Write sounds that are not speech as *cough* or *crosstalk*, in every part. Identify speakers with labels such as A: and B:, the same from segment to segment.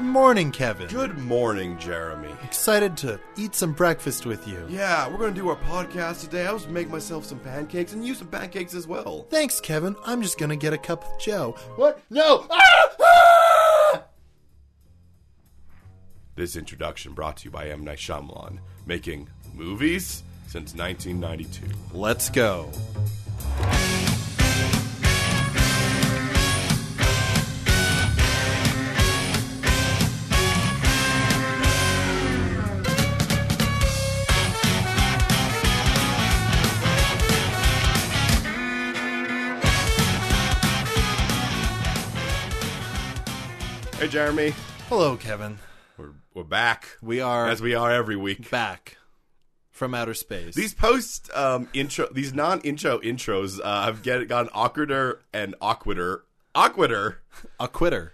A: morning, Kevin.
B: Mm. Good morning, Jeremy.
A: Excited to eat some breakfast with you.
B: Yeah, we're gonna do our podcast today. I was make myself some pancakes and you some pancakes as well.
A: Thanks, Kevin. I'm just gonna get a cup of Joe.
B: What? No! Ah! Ah! This introduction brought to you by M. Night Shyamalan, making movies since 1992.
A: Let's go.
B: Hey, Jeremy.
A: Hello, Kevin.
B: We're, we're back.
A: We are
B: As we are every week.
A: back from outer space.
B: These post um, intro, these non intro intros uh, have get, gotten awkwarder and awkwarder. Awkwarder.
A: a
B: *sighs*
A: quitter.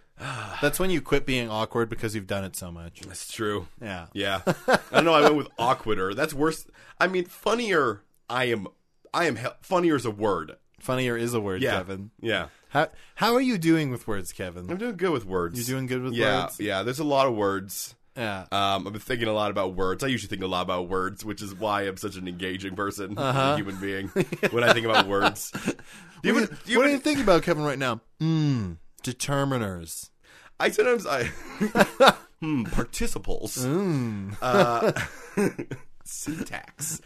A: That's when you quit being awkward because you've done it so much.
B: That's true.
A: Yeah.
B: Yeah. I don't know. I went with awkwarder. That's worse. I mean, funnier. I am. I am. He- funnier is a word.
A: Funnier is a word,
B: Yeah.
A: Kevin.
B: Yeah.
A: How how are you doing with words,
B: I'm
A: Kevin?
B: doing good with words.
A: You're doing good with
B: yeah,
A: words.
B: Yeah. There's a lot of words.
A: Yeah.
B: Um, I've been thinking a lot about words. I usually think a lot about words, which is why I'm such an engaging person, as a human
A: *laughs*
B: being. when I think about words, do you
A: Uh-huh. what
B: even-
A: do
B: do
A: you,
B: you
A: what do
B: even-
A: you think about Kevin right now? Mmm. Determiners.
B: I sometimes
A: *laughs*
B: I hmm, participles.
A: Mm.
B: Uh, *laughs* syntax.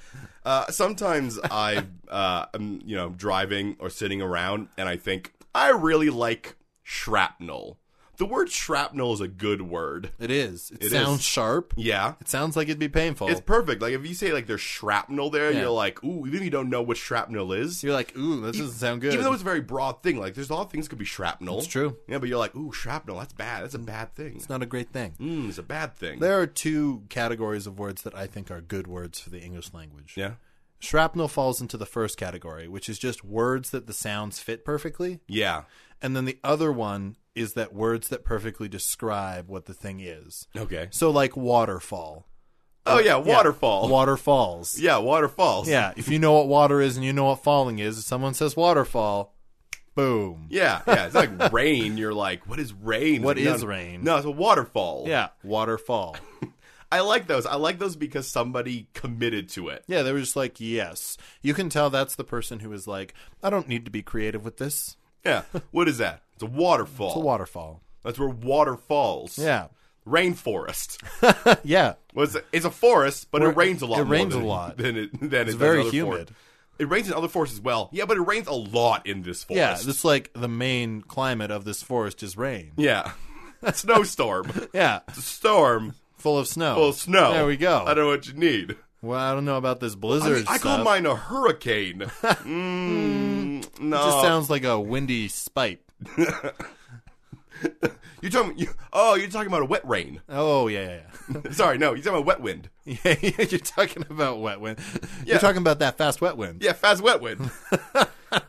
B: Uh, sometimes I uh, am you know driving or sitting around and I think I really like shrapnel. The word shrapnel is a good word.
A: It is. It,
B: It
A: sounds
B: is.
A: sharp.
B: Yeah.
A: It sounds like it'd be painful.
B: It's perfect. Like if you say like there's shrapnel there,
A: Yeah.
B: you're like, ooh, even if you don't know what shrapnel is.
A: You're like, ooh, that doesn't sound good.
B: E-, Even though it's a very broad thing, like there's a lot of things could be shrapnel.
A: It's true.
B: Yeah, but you're like, ooh, shrapnel, that's bad. That's a bad thing.
A: it's not a great thing.
B: Mm, it's a bad thing.
A: There are two categories of words that I think are good words for the English language.
B: Yeah.
A: Shrapnel falls into the first category, which is just words that the sounds fit perfectly.
B: Yeah.
A: And then the other one is that words that perfectly describe what the thing is.
B: Okay.
A: So, like waterfall.
B: Oh
A: Yeah.
B: yeah, waterfall.
A: Waterfalls.
B: yeah, waterfalls.
A: Yeah. If you know what water is and you know what falling is, if someone says waterfall, boom.
B: Yeah, yeah. It's like *laughs* rain. You're like, what is rain?
A: What
B: What is
A: is rain?
B: No, it's a waterfall.
A: Yeah. Waterfall.
B: I like those. I like those because somebody committed to it.
A: Yeah, they were just like, yes. You can tell that's the person who is like, I don't need to be creative with this. *laughs*
B: Yeah. what is that? It's a waterfall.
A: It's a waterfall.
B: That's where water falls. *laughs*
A: Yeah.
B: Rainforest.
A: yeah.
B: Well, it's, a, it's a forest, but
A: Where-
B: it rains a lot.
A: it
B: more
A: rains
B: than-
A: a lot.
B: Than it, than it's
A: very
B: other
A: humid.
B: forest. It rains in other forests as well. Yeah, but it rains a lot in this
A: Yeah.
B: forest.
A: It's like the main climate of this forest is rain.
B: Yeah. *laughs* Snowstorm.
A: Yeah.
B: Storm.
A: Full of snow.
B: Full of snow.
A: There we go.
B: I don't know what you need.
A: well, I don't know about this
B: I,
A: blizzard.
B: mean, I call
A: stuff.
B: mine a hurricane. mm, no,
A: It just sounds like a windy spite.
B: you're talking. You, oh, you're talking about a wet rain. *laughs*
A: Oh, yeah, yeah, *laughs*
B: Sorry, no, you're talking about wet wind.
A: yeah. yeah. yeah, You're talking about wet wind. You're
B: Yeah.
A: talking about that fast wet wind.
B: Yeah, fast
A: *laughs*
B: wet wind.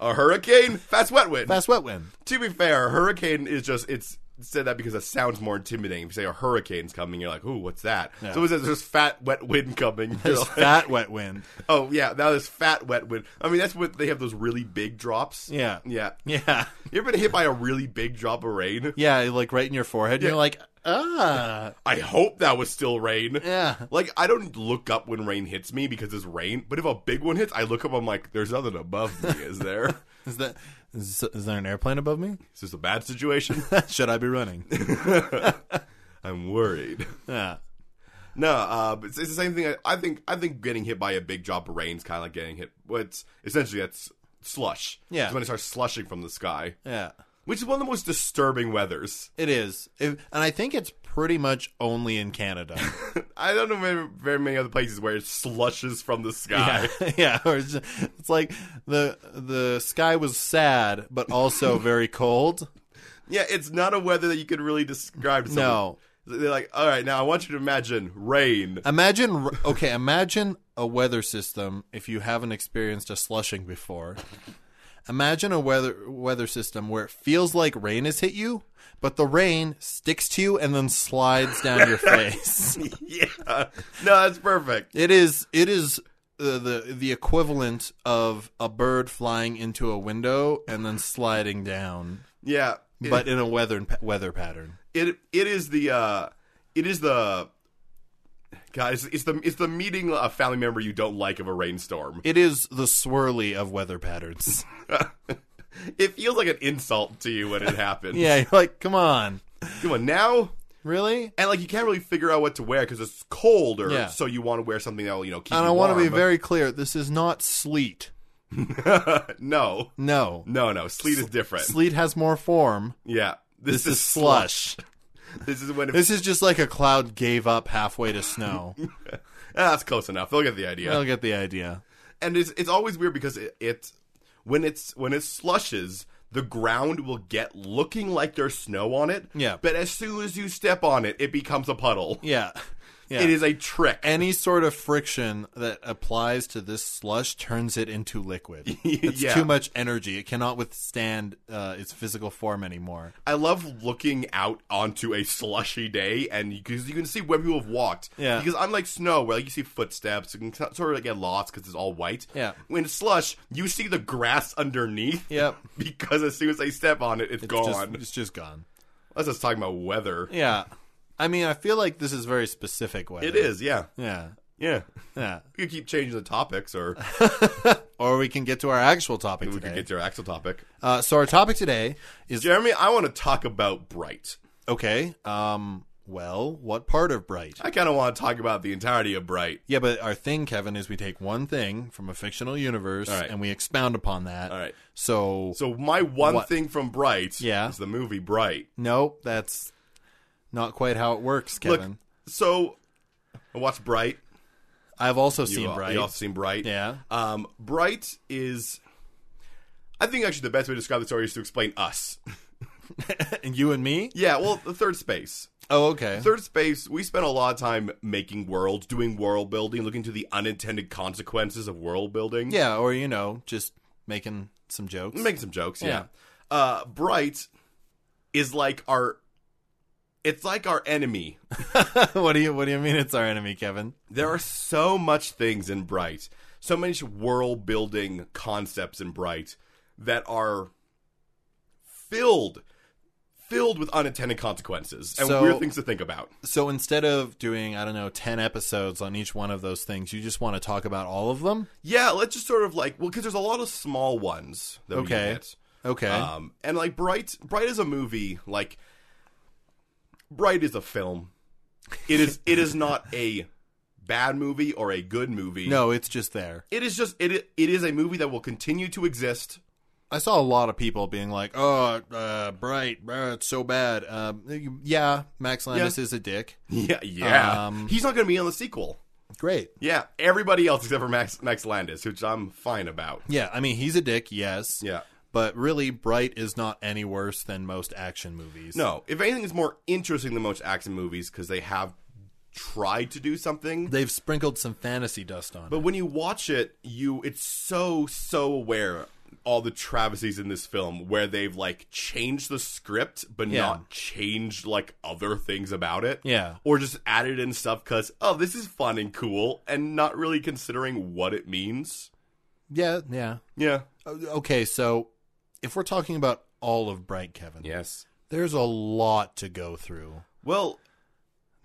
B: a hurricane, fast wet wind.
A: Fast wet
B: *laughs*
A: wind.
B: To be fair, a hurricane is just it's said that because it sounds more intimidating. If you say a hurricane's coming, you're like, ooh, what's that? So it says there's fat wet wind
A: *laughs*
B: coming. You're *laughs*
A: There's
B: like,
A: fat wet wind.
B: oh yeah, now there's fat wet wind. I mean, that's what they have those really big drops.
A: Yeah.
B: yeah.
A: *laughs* Yeah.
B: You ever been hit by a really big drop of rain?
A: Yeah, like right in your forehead. You're like, ah.
B: I hope that was still rain.
A: Yeah.
B: Like I don't look up when rain hits me because it's rain, but if a big one hits, I look up. I'm like, "There's nothing above me,
A: *laughs*
B: is there?
A: Is that is, is there an airplane above me? *laughs*
B: is this a bad situation?
A: Should I be running?
B: I'm worried."
A: yeah.
B: No, uh, but it's, it's the same thing. I, I think I think getting hit by a big drop of rain is kind of like getting hit. Well, it's essentially that's slush.
A: Yeah.
B: it's when it starts slushing from the sky,
A: Yeah.
B: which is one of the most disturbing weathers. *laughs*
A: It is. If- and I think it's pretty much only in Canada. *laughs*
B: I don't know very, very many other places where it slushes from the sky.
A: yeah. Or it's, it's like the the sky was sad but also very cold.
B: *laughs* Yeah, it's not a weather that you could really describe. To someone.
A: No.
B: They're like, all right, now I want you to imagine rain. *laughs*
A: Imagine r- okay, imagine a weather system if you haven't experienced a slushing before. Imagine a weather weather system where it feels like rain has hit you, but the rain sticks to you and then slides *laughs* down your face.
B: yeah, Uh, no, that's perfect.
A: It is. It is uh, the the equivalent of a bird flying into a window and then sliding down,
B: Yeah, it,
A: but in a weather weather pattern.
B: it it is the uh, it is the God. It's, it's the it's the meeting a family member you don't like of a rainstorm.
A: It is the swirly of weather patterns.
B: It feels like an insult to you
A: *laughs*
B: when it happens.
A: yeah, you're like, come on,
B: Come on now.
A: really?
B: And like you can't really figure out what to wear because it's colder,
A: Yeah.
B: so you want to wear something that will you know keep.
A: And
B: you
A: I want to be
B: warm.
A: very clear. This is not sleet.
B: *laughs* no,
A: No,
B: no, no. Sleet is different.
A: sleet has more form.
B: yeah,
A: This, is slush.
B: This is when it,
A: This is just like a cloud gave up halfway to
B: *laughs*
A: snow.
B: ah, that's close enough. They'll get the idea.
A: They'll get the idea.
B: and it's it's always weird because it, it when it's when it slushes the ground will get looking like there's snow on it
A: Yeah.
B: but as soon as you step on it it becomes a puddle
A: Yeah, yeah.
B: it is a trick
A: Any sort of friction that applies to this slush turns it into
B: *laughs*
A: liquid. It's
B: Yeah.
A: too much energy. It cannot withstand uh, its physical form anymore.
B: i love looking out onto a slushy day and because you, can see where people have walked
A: Yeah.
B: because unlike snow where like, you see footsteps you can sort of like, get lost because it's all white
A: Yeah.
B: when it's slush you see the grass underneath
A: Yep.
B: *laughs* because as soon as they step on it it's,
A: It's just-
B: gone
A: it's just gone.
B: that's us talking about weather
A: Yeah. I mean, I feel like this is very specific weather.
B: it is yeah
A: Yeah.
B: yeah
A: Yeah.
B: We could keep changing the topics,
A: *laughs*
B: or
A: Or we can get to our actual topic
B: we
A: today.
B: could get to our actual topic.
A: uh, so our topic today is
B: Jeremy, I want to talk about Bright.
A: okay. Um, well, what part of Bright?
B: I kind of want to talk about the entirety of Bright.
A: Yeah, but our thing, Kevin, is we take one thing from a fictional universe
B: All right.
A: and we expound upon that.
B: All right.
A: So,
B: So my one
A: What?
B: thing from Bright
A: Yeah.
B: is the movie Bright.
A: nope, that's not quite how it works, Kevin.
B: Look, so I watched Bright.
A: I've also
B: You
A: seen
B: all-
A: Bright.
B: You also seen Bright.
A: yeah.
B: Um, Bright is. I think actually the best way to describe the story is to explain us.
A: And you and me?
B: Yeah, well, the third space.
A: Oh, okay.
B: Third space, we spent a lot of time making worlds, doing world building, looking to the unintended consequences of world building.
A: Yeah, or, you know, just making some jokes.
B: making some jokes. Yeah. Uh, Bright is like our. It's like our enemy.
A: *laughs* what do you What do you mean it's our enemy, Kevin?
B: There are so much things in Bright, so many world building concepts in Bright that are filled, filled with unintended consequences and
A: So-
B: weird things to think about.
A: So instead of doing, I don't know, 10 episodes on each one of those things, you just want to talk about all of them?
B: Yeah, let's just sort of like well, because there's a lot of small ones that we
A: Okay.
B: hit.
A: Okay.
B: Um, and like Bright, Bright is a movie. Like Bright is a film. It is. it is not a bad movie or a good movie.
A: no, it's just there.
B: it is just it. It is a movie that will continue to exist.
A: I saw a lot of people being like, "Oh, uh, Bright, uh, it's so bad." Um, yeah, Max Landis is a dick.
B: Yeah, yeah.
A: Um,
B: He's not going to be on the sequel.
A: Great.
B: Yeah, everybody else except for Max Max Landis, which I'm fine about.
A: Yeah, I mean, he's a dick, yes.
B: Yeah.
A: But really, Bright is not any worse than most action movies.
B: No, if anything, it's more interesting than most action movies because they have tried to do something.
A: They've sprinkled some fantasy dust on
B: But
A: it.
B: when you watch it, you it's so so aware all the travesties in this film where they've like changed the script but
A: Yeah.
B: not changed like other things about it.
A: Yeah.
B: Or just added in stuff cuz oh this is fun and cool and not really considering what it means.
A: Yeah, yeah.
B: Yeah.
A: O- Uh, Okay, so if we're talking about all of Bright, Kevin,
B: Yes.
A: there's a lot to go through.
B: Well,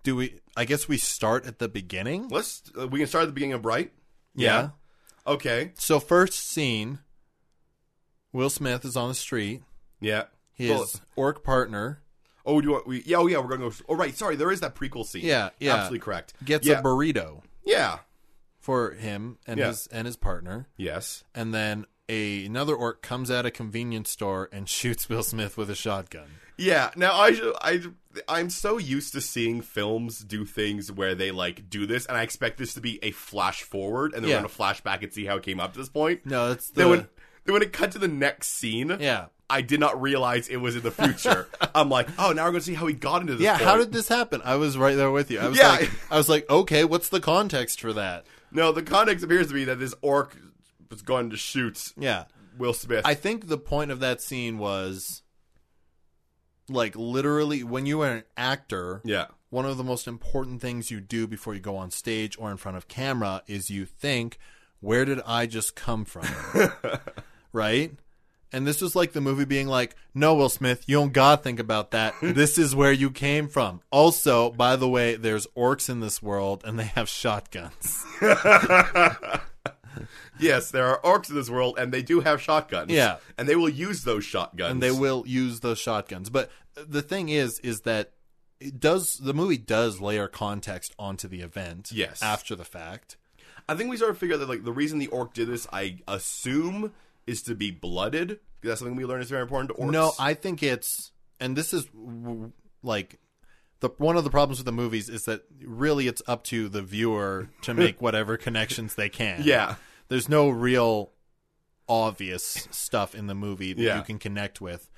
A: Do we? I guess we start at the beginning.
B: let's uh, we can start at the beginning of Bright.
A: yeah.
B: Okay.
A: So first scene, Will Smith is on the street.
B: Yeah.
A: His
B: Well,
A: orc partner
B: oh, do you want, we? Yeah, oh, yeah, we're gonna go. Oh, right. Sorry, there is that prequel scene.
A: Yeah, yeah.
B: absolutely correct.
A: gets
B: yeah,
A: a burrito
B: yeah,
A: for him and
B: Yeah.
A: his and his partner,
B: yes.
A: and then a, another orc comes at a convenience store and *laughs* shoots Will Smith with a shotgun.
B: Yeah. Now I ju- I I'm so used to seeing films do things where they like do this, and I expect this to be a flash forward, and then
A: Yeah.
B: we're gonna flash back and see how it came up to this point.
A: No, that's the
B: Then when then when it cut to the next scene,
A: yeah
B: I did not realize it was in
A: *laughs*
B: the future. I'm like, oh, now we're gonna see how he got into this.
A: yeah. How
B: point.
A: did this happen? I was right there with you. I was
B: Yeah.
A: like, I was like, okay, what's the context for that?
B: no the context appears to be that this orc was going to shoot
A: Yeah,
B: Will Smith.
A: I think the point of that scene was like literally when you are an actor.
B: yeah.
A: one of the most important things you do before you go on stage or in front of camera is you think, where did I just come from? right? And this was like the movie being like, no, Will Smith, you don't gotta think about that. this is where you came from. Also, by the way, there's orcs in this world and they have shotguns.
B: Yes, there are orcs in this world, and they do have shotguns.
A: Yeah.
B: and they will use those shotguns.
A: and they will use those shotguns. But the thing is, is that it does the movie does layer context onto the event
B: Yes.
A: after the fact.
B: I think we sort of figured that like the reason the orc did this, I assume, is to be blooded. 'cause That's something we learned is very important to orcs.
A: No, I think it's, and this is w- like the one of the problems with the movies is that really it's up to the viewer
B: *laughs*
A: to make whatever connections they can.
B: yeah,
A: there's no real obvious stuff in the movie that
B: Yeah.
A: you can connect with,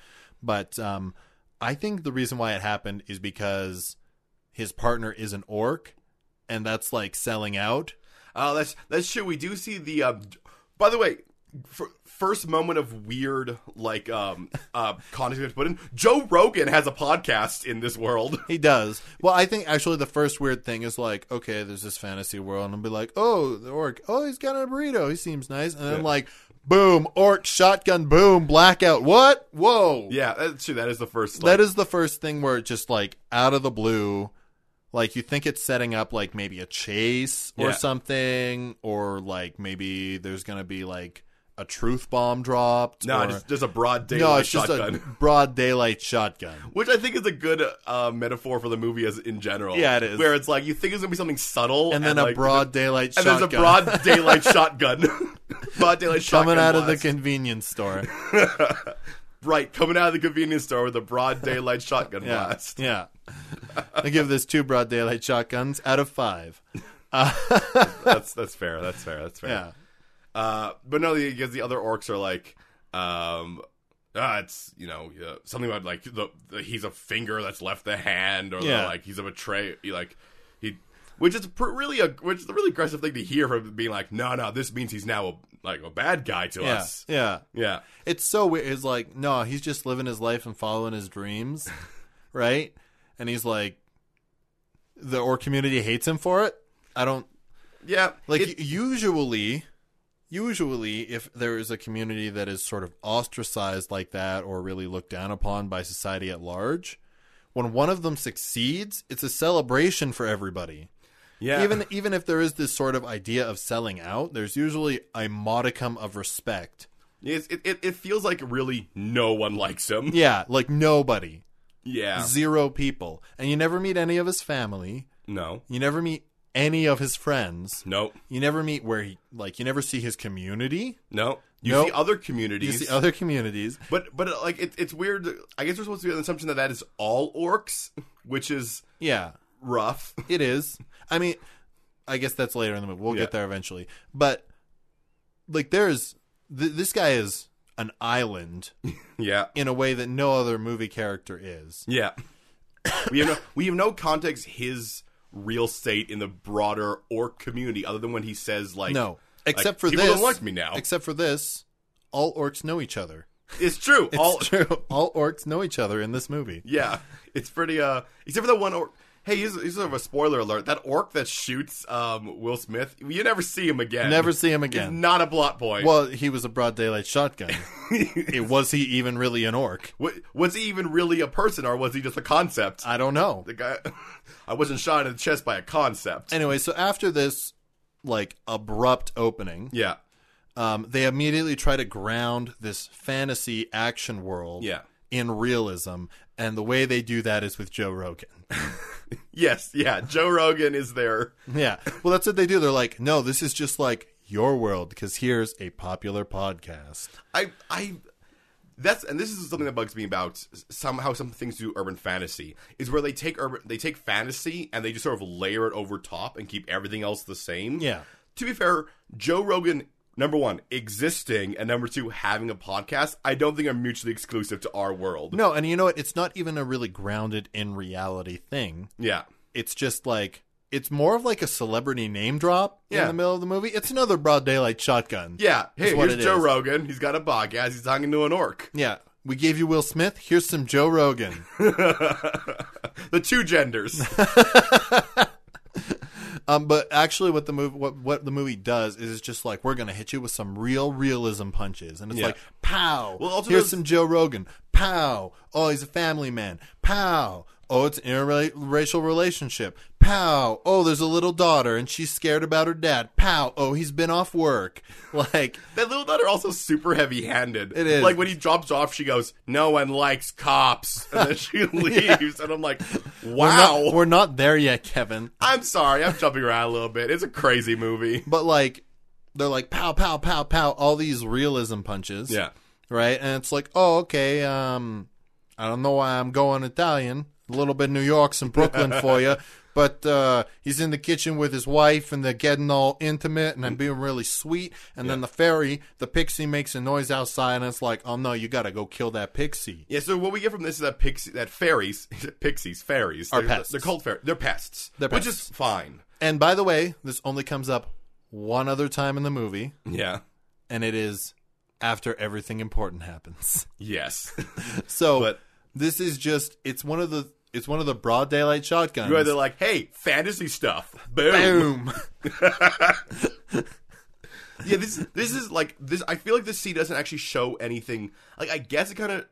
A: but um, I think the reason why it happened is because his partner is an orc, and that's like selling out.
B: Oh, that's that's true. We do see the. Um, d- by the way, f- first moment of weird like um *laughs* uh context we have to put in. Joe Rogan has a podcast in this world. *laughs*
A: He does. Well, I think actually the first weird thing is like, okay, there's this fantasy world, and I'll be like, oh, the orc, oh, he's got a burrito, he seems nice, and then like, boom, orc, shotgun, boom, blackout, what? Whoa.
B: yeah, that's true. That is the first. Like,
A: That is the first thing where it just like out of the blue, like you think it's setting up like maybe a chase or
B: Yeah.
A: something, or like maybe there's gonna be like a truth bomb dropped.
B: no,
A: or-
B: just, just a broad daylight
A: no, it's
B: shotgun. *laughs*
A: just a broad daylight shotgun.
B: Which I think is a good uh, metaphor for the movie as in general.
A: Yeah, it is.
B: Where it's like you think it's gonna be something subtle,
A: And then a
B: like,
A: broad daylight
B: and
A: shotgun.
B: there's a *laughs* broad daylight *laughs* shotgun, broad daylight shotgun
A: coming out of the
B: blast.
A: convenience
B: *laughs*
A: store.
B: right coming out of the convenience store with a broad *laughs* daylight shotgun
A: Yeah,
B: blast.
A: yeah. I give this two broad daylight shotguns out of five.
B: That's that's fair. That's fair. That's fair.
A: Yeah,
B: Uh, but no, because the other orcs are like, um, ah, it's you know uh, something about like the, the he's a finger that's left the hand, or they're
A: Yeah.
B: like he's a betray, he, like he, which is pr- really a which is a really aggressive thing to hear from being like, no, no, this means he's now a, like a bad guy to
A: yeah,
B: us.
A: yeah.
B: Yeah,
A: It's so weird. It's like, no, he's just living his life and following his
B: *laughs*
A: dreams, right? And he's like, the or community hates him for it. I don't
B: yeah.
A: like
B: It-
A: usually. Usually, if there is a community that is sort of ostracized like that or really looked down upon by society at large, when one of them succeeds, it's a celebration for everybody.
B: yeah,
A: Even even if there is this sort of idea of selling out, there's usually a modicum of respect.
B: it's, it, it it feels like really no one likes him.
A: *laughs* Yeah, like nobody.
B: Yeah,
A: zero people and you never meet any of his family
B: no,
A: you never meet any of his friends
B: no,
A: you never meet where he like you never see his community
B: no. You
A: Nope.
B: see other
A: you
B: communities.
A: see other communities
B: But but uh, like it, it's weird. I guess we're supposed to be on the assumption that that is all orcs, which is
A: yeah
B: rough. *laughs*
A: it is i mean i guess that's later in the movie we'll
B: Yeah.
A: get there eventually but like there's th- this guy is an island
B: Yeah,
A: in a way that no other movie character is
B: yeah. we have no, we have no context his real state in the broader orc community other than when he says like
A: no except
B: like,
A: for
B: people
A: this
B: don't like me now.
A: except for this all orcs know each other
B: it's true. all
A: it's *laughs* true all orcs know each other in this movie
B: *laughs* yeah, it's pretty. Uh, except for the one orc. Hey, here's, here's sort of a spoiler alert. That orc that shoots um, Will Smith, you never see him again.
A: Never see him
B: It's
A: again.
B: not a plot point.
A: Well, he was a broad daylight shotgun.
B: *laughs*
A: it, was he even really an orc?
B: Wa- was he even really a person, or was he just a concept?
A: I don't know.
B: *laughs* The guy, I wasn't shot in the chest by a concept.
A: Anyway, so after this like abrupt opening,
B: yeah,
A: um, they immediately try to ground this fantasy action world
B: Yeah.
A: in realism, and the way they do that is with Joe Rogan. *laughs*
B: yes, yeah. Joe Rogan is there.
A: yeah. Well, that's what they do. They're like, "No, this is just like your world because here's a popular podcast."
B: I, I, that's and this is something that bugs me about s- somehow some things do urban fantasy is where they take urban they take fantasy and they just sort of layer it over top and keep everything else the same.
A: Yeah.
B: To be fair, Joe Rogan. Number one, existing, and number two, having a podcast, I don't think are mutually exclusive to our world.
A: No, and you know what? It's not even a really grounded in reality thing.
B: Yeah.
A: it's just like it's more of like a celebrity name drop in
B: Yeah.
A: the middle of the movie. It's another broad daylight shotgun.
B: Yeah. Hey,
A: what
B: here's
A: it
B: Joe
A: is.
B: Rogan. He's got a podcast. He's talking to an orc. *laughs*
A: Yeah. We gave you Will Smith. Here's some Joe Rogan. *laughs*
B: the two genders.
A: Um, but actually, what the movie what, what the movie does is it's just like we're gonna hit you with some real realism punches, and it's
B: Yeah.
A: like pow.
B: Well, also
A: here's
B: those-
A: some Joe Rogan. Pow. Oh, he's a family man. Pow. Oh, it's an interracial relationship. Pow. Oh, there's a little daughter and she's scared about her dad. Pow. Oh, he's been off work. *laughs* Like
B: That little daughter also super heavy handed.
A: It is.
B: Like when he drops off, she goes, No one likes cops. And
A: *laughs*
B: then she *laughs* leaves. And I'm like,
A: we're
B: Wow.
A: not, we're not there yet, Kevin.
B: *laughs* I'm sorry. I'm jumping around a little bit. It's a
A: *laughs*
B: crazy movie.
A: But like they're like pow pow pow pow all these realism punches.
B: Yeah.
A: right? And it's like, oh, okay. Um, I don't know why I'm going Italian. A little bit New York's and Brooklyn for you, but uh, he's in the kitchen with his wife, and they're getting all intimate, and I'm being really sweet. And then the fairy, the pixie, makes a noise outside, and it's like, oh no, you gotta go kill that pixie.
B: Yeah, so what we get from this is that pixie, that fairies, *laughs* pixies, fairies,
A: Are
B: they're,
A: pests.
B: they're called fairies. They're pests,
A: They're
B: which
A: pests.
B: is fine.
A: And by the way, this only comes up one other time in the movie,
B: Yeah.
A: and it is after everything important happens. *laughs*
B: Yes.
A: So
B: But-
A: this is just it's one of the it's one of the broad daylight shotguns.
B: Where they're like, "Hey, fantasy stuff." Boom.
A: *laughs* Boom.
B: Yeah, this this is like this. I feel like this scene doesn't actually show anything. Like, I guess it kind of.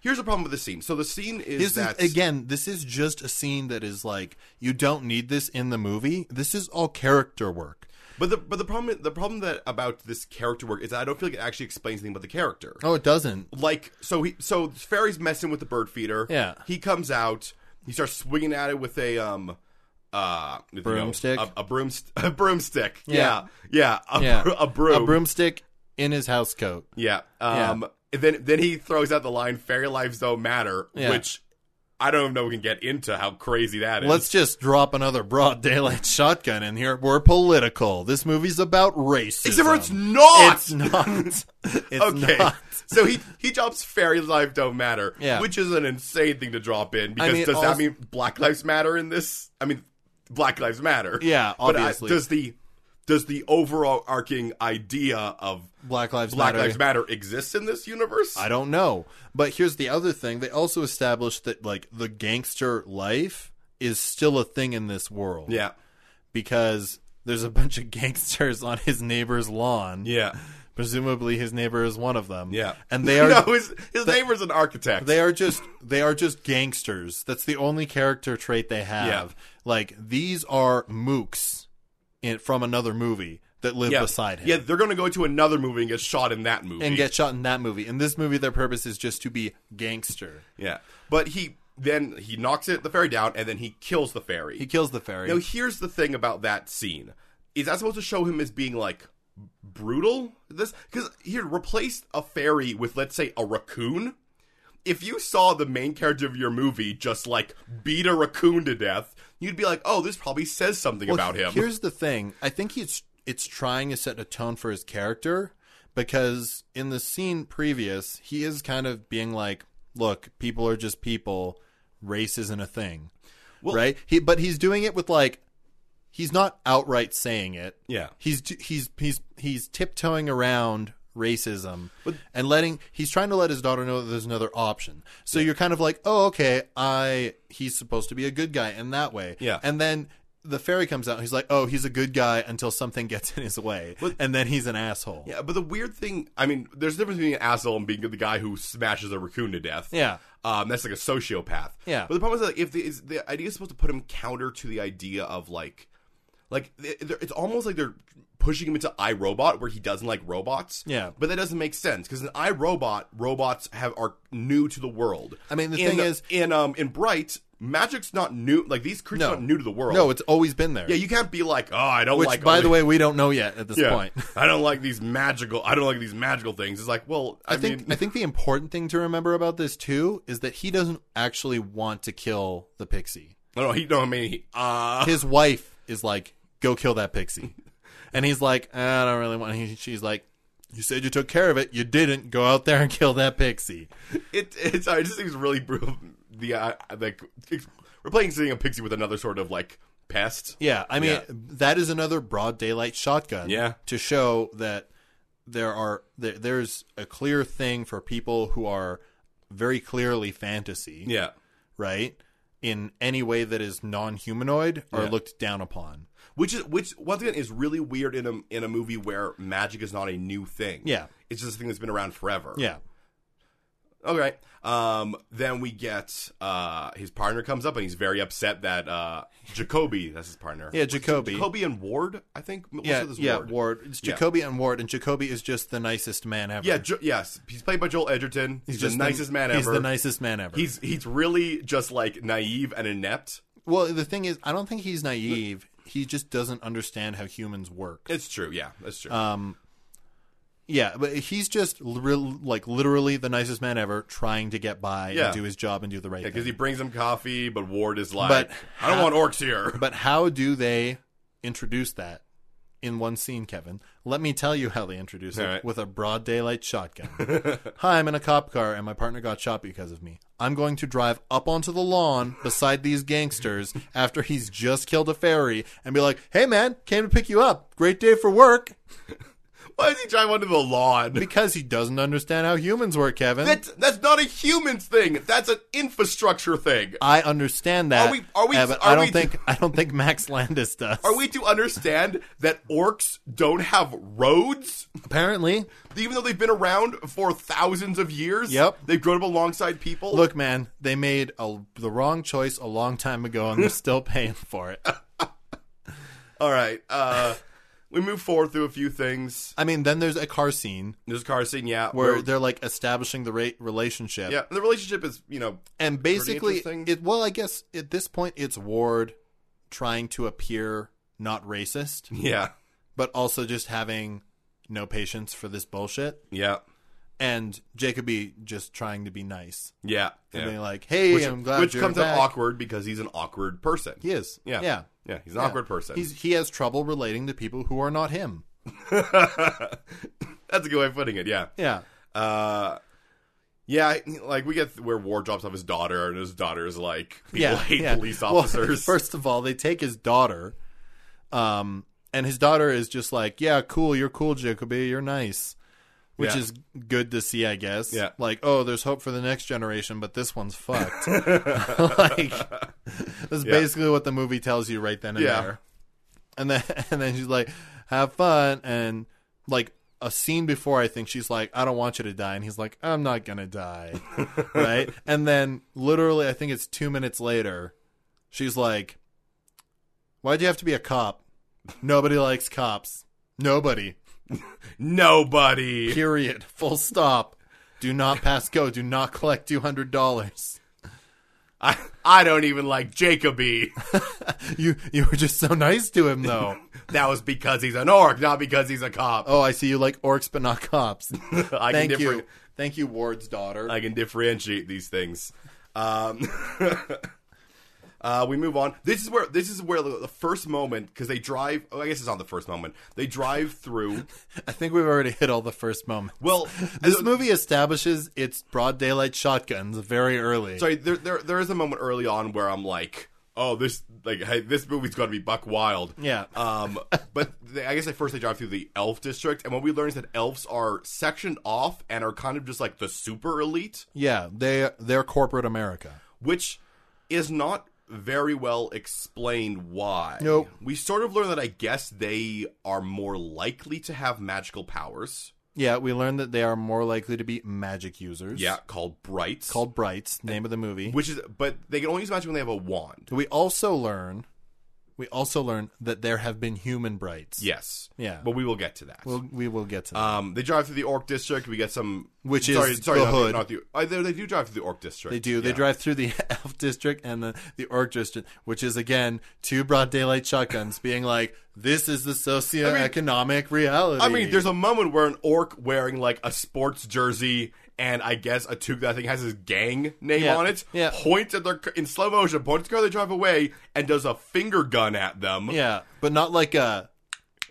B: Here's the problem with the scene. So the scene is
A: This is
B: that
A: again, this is just a scene that is like you don't need this in the movie. This is all character work.
B: But the but the problem the problem that about this character work is that I don't feel like it actually explains anything about the character.
A: Oh, it doesn't.
B: Like so he so Ferry's messing with the bird feeder.
A: Yeah.
B: he comes out. He starts swinging at it with a um uh with, you know,
A: Broomstick?
B: a, a broomst *laughs* a broomstick.
A: Yeah.
B: Yeah, yeah, a,
A: Yeah.
B: bro- a broom.
A: A broomstick in his housecoat.
B: Yeah.
A: Yeah.
B: Um. and Then then he throws out the line "Fairy lives don't matter,"
A: Yeah.
B: which I don't know. if We can get into how crazy that is.
A: Let's just drop another broad daylight *laughs* shotgun in here. We're political. This movie's about racism.
B: Except for it's not.
A: It's
B: *laughs*
A: not. *laughs* It's
B: okay.
A: not.
B: *laughs* so he he drops fairy life don't matter,
A: Yeah.
B: which is an insane thing to drop in because
A: mean,
B: does
A: also-
B: that mean black lives matter in this? I mean, black lives matter.
A: Yeah,
B: But I-
A: obviously.
B: does the does the overarching idea of
A: Black Lives
B: black
A: Matter.
B: lives matter exist in this universe?
A: I don't know. But here's the other thing. They also established that like the gangster life is still a thing in this world.
B: yeah.
A: Because there's a bunch of gangsters on his neighbor's lawn.
B: Yeah.
A: Presumably his neighbor is one of them.
B: Yeah.
A: *laughs*
B: *laughs*
A: And they are
B: no, his, his neighbor's an architect.
A: they are just they are just gangsters. That's the only character trait they have. Like these are mooks in, from another movie that live
B: yeah.
A: beside him.
B: Yeah, they're going to go to another movie and get shot in that movie.
A: And get shot in that movie. In this movie, their purpose is just to be gangster.
B: yeah. But he then he knocks it the fairy down and then he kills the fairy.
A: He kills the fairy.
B: Now, here's the thing about that scene: is that supposed to show him as being like brutal? This because here replace a fairy with let's say a raccoon. If you saw the main character of your movie just like beat a raccoon to death, you'd be like, "Oh, this probably says something
A: Well,
B: about him."
A: Here's the thing: I think he's it's trying to set a tone for his character because in the scene previous, he is kind of being like, "Look, people are just people. Race isn't a thing,
B: Well-
A: right?" He but he's doing it with like he's not outright saying it.
B: Yeah.
A: he's t- he's he's he's tiptoeing around racism
B: But-
A: and letting he's trying to let his daughter know that there's another option. So you're kind of like, "Oh, okay, I he's supposed to be a good guy in that way."
B: Yeah.
A: And then the fairy comes out. And he's like, "Oh, he's a good guy until something gets in his way, and then he's an asshole."
B: Yeah, but the weird thing, I mean, there's a difference between an asshole and being the guy who smashes a raccoon to death.
A: Yeah.
B: Um, that's like a sociopath.
A: Yeah.
B: But the problem is, like, if the, is the idea is supposed to put him counter to the idea of, like, like th- they're- it's almost like they're pushing him into iRobot, where he doesn't like robots.
A: Yeah.
B: But that doesn't make sense because in iRobot, robots have are new to the world.
A: I mean, the
B: In-
A: thing is-
B: in um, in Bright, magic's not new. Like these creatures
A: No.
B: are not new to the world.
A: No, it's always been there.
B: yeah, you can't be like, oh, I don't
A: Which,
B: like.
A: by
B: only-
A: the way, we don't know yet at this
B: *laughs* yeah. *laughs*
A: point.
B: I don't like these magical. I don't like these magical things. It's like, well, I,
A: I think
B: mean, *laughs*
A: I think the important thing to remember about this too is that he doesn't actually want to kill the pixie.
B: I don't know. He, no, I mean, he, uh,
A: His wife is like, "Go kill that pixie," and he's like, "I don't really want." He, she's like, "You said you took care of it. You didn't. Go out there and kill that pixie."
B: it it's it just seems really brutal. The uh, like it's- replacing a pixie with another sort of like pest.
A: Yeah, I mean
B: Yeah.
A: that is another broad daylight shotgun.
B: Yeah.
A: to show that there are there, there's a clear thing for people who are very clearly fantasy,
B: Yeah,
A: right? in any way that is non-humanoid are
B: Yeah.
A: looked down upon.
B: which is which once again is really weird in a in a movie where magic is not a new thing.
A: Yeah.
B: it's just a thing that's been around forever.
A: Yeah.
B: Okay. Um. Then we get uh his partner comes up and he's very upset that uh Jacoby that's his partner.
A: Yeah, Jacoby.
B: Jacoby and Ward. I think. What's
A: yeah,
B: with this
A: yeah,
B: Ward.
A: Ward. It's
B: Yeah.
A: Jacoby and Ward, and Jacoby is just the nicest man ever.
B: Yeah. Jo- yes. He's played by Joel Edgerton. He's, the nicest man
A: he's
B: ever.
A: the nicest man ever.
B: He's he's really just like naive and inept.
A: well, the thing is, I don't think he's naive. He just doesn't understand how humans work.
B: It's true. Yeah, that's true.
A: Um, Yeah, but he's just li- real- like literally the nicest man ever, trying to get by
B: Yeah.
A: and do his job and do the right
B: because
A: thing.
B: he brings him coffee, but Ward is like,
A: But
B: I don't
A: how-
B: want orcs here. *laughs*
A: But how do they introduce that in one scene, Kevin? Let me tell you how they introduce it
B: All right.
A: with a broad daylight shotgun.
B: *laughs*
A: Hi, I'm in a cop car and my partner got shot because of me. I'm going to drive up onto the lawn beside these gangsters after he's just killed a fairy and be like, hey man, came to pick you up. Great day for
B: *laughs*
A: work.
B: Why is he driving onto the lawn?
A: Because he doesn't understand how humans work, Kevin.
B: That's that's not a human's thing. That's an infrastructure thing.
A: I understand that.
B: Are we- are we-
A: uh, but
B: are
A: I don't
B: we-
A: think I don't think Max Landis does.
B: Are we to understand that orcs don't have roads,
A: Apparently,
B: even though they've been around for thousands of years?
A: Yep.
B: they've grown up alongside people.
A: Look, man, they made a, the wrong choice a long time ago,
B: *laughs*
A: and they're still paying for it.
B: all right. Uh, *laughs* we move forward through a few things.
A: I mean, then there's a car scene
B: There's a car scene, yeah,
A: where they're like establishing the rate relationship,
B: yeah, the relationship is you know
A: and basically,
B: interesting.
A: it. Well, I guess at this point, it's Ward trying to appear not racist,
B: yeah
A: but also just having no patience for this bullshit,
B: yeah
A: and Jacoby just trying to be nice
B: yeah
A: and being
B: yeah.
A: like, "Hey,
B: Which,
A: I'm glad
B: which
A: you're
B: comes
A: back."
B: up awkward because he's an awkward person.
A: He is,
B: Yeah.
A: yeah.
B: Yeah, he's an awkward person.
A: He's, he has trouble relating to people who are not him.
B: *laughs* That's a good way of putting it. Yeah.
A: Yeah.
B: Uh, yeah, I- like we get where Ward drops off his daughter, and his daughter is like, *laughs* people hate police
A: Well, *laughs*
B: officers.
A: first of all, they take his daughter, um, and his daughter is just like, "Yeah, cool, you're cool, Jacoby, you're nice," which
B: Yeah.
A: is good to see, I guess.
B: Yeah.
A: like, oh, there's hope for the next generation, but this one's
B: *laughs*
A: fucked. like, *laughs* that's basically what the movie tells you right then and
B: Yeah.
A: there. And then, *laughs* and then she's like, "Have fun," and like. A scene before, I think she's like, "I don't want you to die," and he's like, "I'm not gonna die," right? And then, literally, I think it's two minutes later, She's like, Why'd you have to be a cop? Nobody likes cops. Nobody. *laughs*
B: Nobody.
A: Period. Full stop. Do not pass go. Do not collect $200.
B: I, I don't even like Jacoby.
A: You you were just so nice to him, though.
B: *laughs* that was because he's an orc, not because he's a cop.
A: Oh, I see you like orcs, but not cops.
B: *laughs* I
A: Thank
B: can differ-
A: you. Thank you, Ward's daughter.
B: I can differentiate these things. Um, *laughs* uh, we move on. This is where this is where the the first moment because they drive. Oh, I guess it's not the first moment. They drive through.
A: I think we've already hit all the first moments.
B: Well,
A: This movie establishes its broad daylight shotguns very early.
B: Sorry, there, there there is a moment early on where I'm like, oh, this like hey, this movie's got to be buck wild.
A: Yeah.
B: Um, but they, I guess at first they drive through the elf district, and what we learn is that elves are sectioned off and are kind of just like the super elite,
A: Yeah, they they're corporate America.
B: which is not very well explained why.
A: Nope.
B: We sort of learn that I guess they are more likely to have magical powers.
A: Yeah, we learned that they are more likely to be magic users.
B: Yeah, called brights.
A: called Brights, name of the movie.
B: which is, but they can only use magic when they have a wand.
A: We also learn, we also learn that there have been human Brights.
B: Yes.
A: Yeah.
B: But we will get to that.
A: we'll, we will get to that.
B: Um, they drive through the Orc District. We get some,
A: Which is
B: sorry, sorry,
A: the
B: not
A: hood.
B: Not the, uh, they, they do drive through the Orc District.
A: they do. They drive through the *laughs* Elf District and the the Orc District, which is again two broad daylight shotguns, being like, "This is the socioeconomic reality."
B: I mean, there's a moment where an Orc wearing like a sports jersey and I guess a toque that I think has his gang name
A: Yeah.
B: on it.
A: Yeah.
B: Points at their c- in slow motion. Points at the car they drive away and does a finger gun at them.
A: yeah, but not like a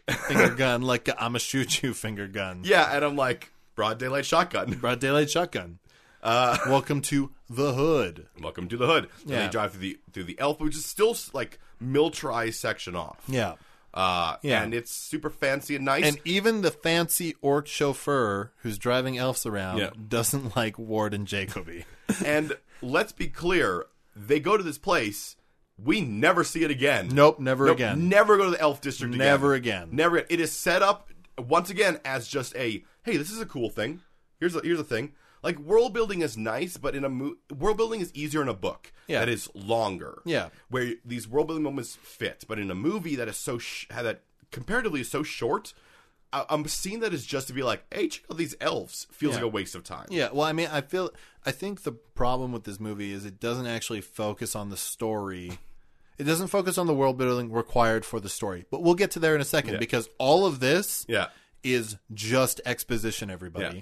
B: *laughs*
A: finger gun, like a I'ma shoot you finger gun.
B: Yeah, and I'm like broad daylight shotgun. *laughs*
A: Broad daylight shotgun. Uh, *laughs* Welcome to the hood.
B: Welcome to the hood. Yeah. And
A: Yeah.
B: they drive through the through the elf, which is still like militarized section off.
A: Yeah.
B: Uh,
A: Yeah.
B: and it's super fancy and nice.
A: And *laughs* even the fancy orc chauffeur who's driving elves around
B: Yeah.
A: doesn't like Ward and Jacoby.
B: And let's be clear, They go to this place. We never see it again.
A: Nope, never
B: Nope,
A: again.
B: Never go to the Elf District again.
A: Never again.
B: Never again. It is set up once again as just a hey, this is a cool thing. Here's a, here's a thing. Like world building is nice, but in a mo- world building is easier in a book
A: Yeah.
B: that is longer.
A: Yeah.
B: where these world building moments fit, but in a movie that is so sh- that comparatively is so short, I- I'm seeing that as just to be like, hey, check out these elves feels
A: Yeah.
B: like a waste of time.
A: Yeah, well, I mean, I feel I think the problem with this movie is it doesn't actually focus on the story. It doesn't focus on the world building required for the story. But we'll get to there in a second
B: Yeah.
A: because all of this
B: Yeah.
A: is just exposition everybody.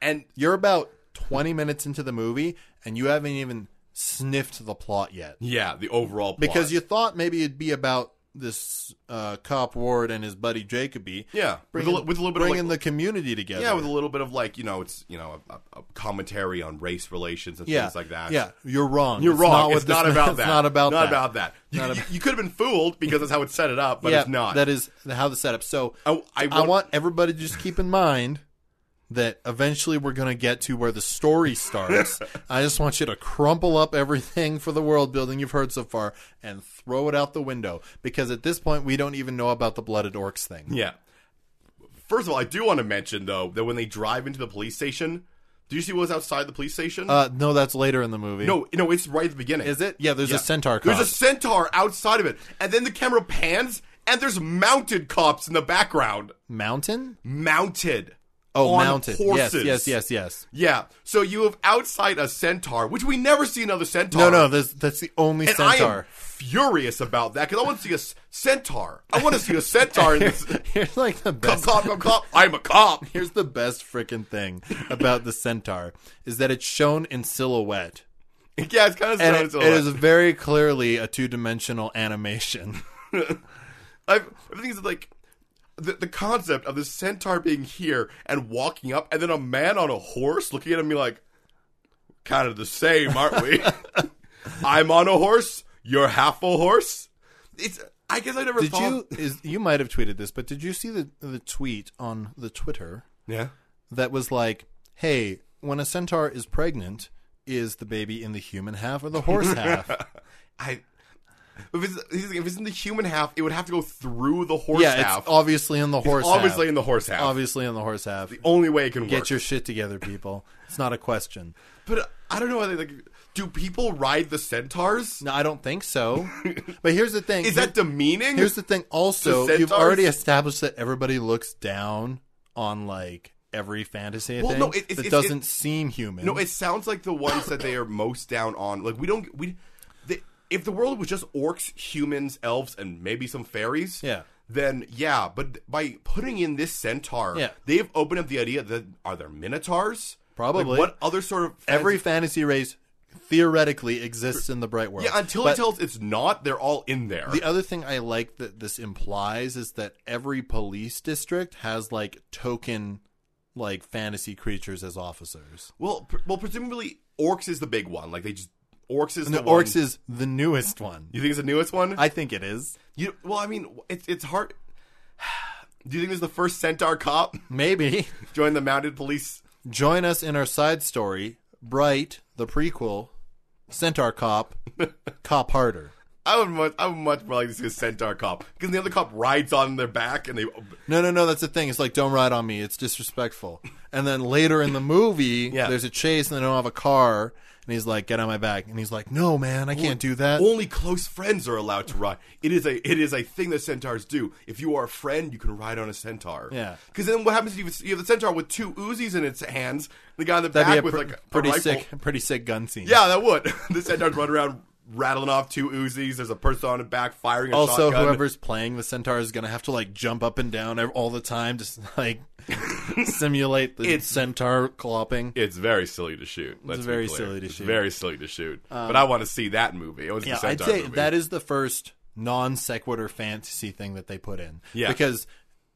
B: yeah. and
A: You're about 20 minutes into the movie and you haven't even sniffed the plot yet.
B: yeah, the overall plot.
A: Because you thought maybe it'd be about this uh, cop Ward and his buddy Jacoby.
B: yeah
A: Bringing,
B: with, a, li- with a little bit of like,
A: bringing the community together.
B: Yeah, with a little bit of like you know, it's you know, a, a- a commentary on race relations and
A: yeah.
B: things like that.
A: Yeah, you're wrong.
B: you're
A: It's
B: wrong.
A: what
B: it's
A: this-
B: not about that.
A: It's not about
B: not
A: that.
B: about that. You,
A: Not
B: you- you could have been fooled because that's how it's set it up, but
A: yeah,
B: it's not.
A: That is how the setup. So
B: I, I
A: I
B: want,
A: want everybody to just keep in mind that eventually we're going to get to where the story
B: *laughs*
A: starts. I just want you to crumple up everything for the world building you've heard so far and throw it out the window because at this point we don't even know about the blooded orcs thing.
B: Yeah. First of all, I do want to mention though that when they drive into the police station, do you see what was outside the police station?
A: Uh, no, that's later in the movie.
B: no, no, it's right at the beginning.
A: is it? Yeah, there's
B: Yeah.
A: a centaur.
B: There's
A: cop.
B: a centaur outside of it, and then the camera pans, and there's mounted cops in the background,
A: mountain.
B: mounted.
A: Oh,
B: on
A: mountain.
B: Horses.
A: Yes, yes, yes, yes.
B: Yeah. So you have outside a centaur, which we never see another centaur.
A: No, no, that's, that's the only
B: And I am
A: centaur.
B: furious about that because I want to see a s- centaur. I want to see a centaur
A: *laughs*
B: in this.
A: Here's like the
B: Cop,
A: best
B: cop, cop, cop. I'm a cop. *laughs*
A: Here's the best freaking thing about the centaur is that it's shown in silhouette.
B: Yeah, it's kind of
A: And
B: so.
A: it- it is very clearly a two dimensional
B: *laughs*
A: animation.
B: I've, the thing is like the, the concept of the centaur being here and walking up, and then a man on a horse looking at me like, kind of the same, aren't
A: *laughs*
B: we? I'm on a horse. You're half a horse. It's. I guess I never
A: Did
B: thought.
A: you is you might have tweeted this, but did you see the, the tweet on the Twitter
B: Yeah.
A: that was like, Hey, when a centaur is pregnant, is the baby in the human half or the
B: *laughs*
A: horse half?
B: I. If it's, if it's in the human half, it would have to go through the horse
A: yeah,
B: half.
A: it's obviously in the horse
B: obviously
A: half.
B: in the horse half.
A: obviously in the horse half.
B: Only way it can work.
A: Get your shit together, people. It's not a question.
B: but I don't know. why they like. Do people ride the centaurs?
A: No, I don't think
B: *laughs*
A: so. But here's the thing.
B: Is that demeaning?
A: Here's the thing. Also,
B: The
A: you've
B: centaurs?
A: already established that everybody looks down on like every fantasy
B: Well,
A: thing
B: no, it- it's-
A: that
B: it's-
A: doesn't seem human.
B: No, it sounds like the ones that they are most down on. Like we don't we the, if the world was just orcs, humans, elves, and maybe some fairies.
A: Yeah.
B: Then yeah, but by putting in this centaur,
A: Yeah.
B: they've opened up the idea that are there minotaurs?
A: Probably.
B: Like, what other sort of
A: every fantasy race theoretically exists in the bright world.
B: yeah? Until
A: But
B: it tells it's not, they're all in there.
A: the other thing I like that this implies is that every police district has like token like fantasy creatures as officers.
B: well, pre- well, presumably orcs is the big one. Like they just orcs is
A: And the
B: the one-
A: orcs is the newest one.
B: You think it's the newest one?
A: I think it is.
B: you well, I mean, it's it's hard. *sighs* Do you think this is the first centaur cop *laughs*
A: Maybe.
B: join the mounted police?
A: Join us in our side story, Bright, the prequel, Centaur *laughs* Cop, Cop Harder.
B: I would much, I would much more like to see a centaur cop because the other cop rides on their back and they.
A: No, no, no, that's the thing. It's like, don't ride on me. It's disrespectful. And then later in the *laughs* movie,
B: Yeah.
A: there's a chase and they don't have a car. And he's like, get on my back. And he's like, no, man, I can't do that.
B: Only close friends are allowed to ride. It is a it is a thing that centaurs do. If you are a friend, you can ride on a centaur.
A: Yeah.
B: Because then what happens if you, you have the centaur with two Uzis in its hands? The guy in the
A: That'd be
B: back
A: a
B: with
A: pr-
B: like a
A: pretty
B: rifle.
A: sick, pretty sick gun scene.
B: Yeah, that would. *laughs* the centaurs run around rattling off two Uzis. There's a person on the back firing. A
A: Also,
B: shotgun.
A: whoever's playing the centaur is gonna have to like jump up and down ev- all the time, just *laughs* like simulate the
B: It's-
A: centaur clopping.
B: It's very silly to shoot. Let's be
A: very
B: clear.
A: silly to
B: It's
A: shoot. Um,
B: Very silly to shoot. but I want to see that movie. I want to see
A: Yeah, I'd
B: Centaur
A: say
B: movie.
A: that is the first non sequitur fantasy thing that they put in.
B: Yeah.
A: because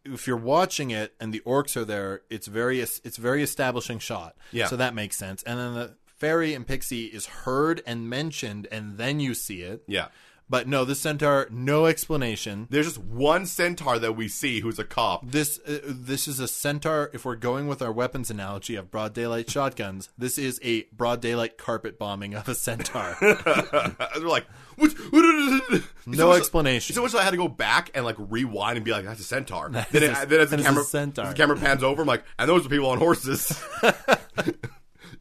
A: if you're watching it and the orcs are there, it's very it's very establishing shot.
B: Yeah.
A: so that makes sense. And then the fairy and pixie is heard and mentioned, and then you see it.
B: Yeah.
A: But no, this centaur, no explanation.
B: There's just one centaur that we see who's a cop. *laughs*
A: This uh, this is a centaur. If we're going with our weapons analogy of broad daylight shotguns, this is a broad daylight carpet bombing of a
B: *laughs*
A: centaur.
B: They're like, what? *laughs*
A: No
B: So much-
A: explanation.
B: So much that I had to go back and like rewind and be like, that's a centaur. Then, it,
A: a-
B: then as
A: *laughs*
B: the
A: that is a
B: camera,
A: centaur.
B: as the camera pans over, I'm like, and those are people
A: *laughs*
B: on horses.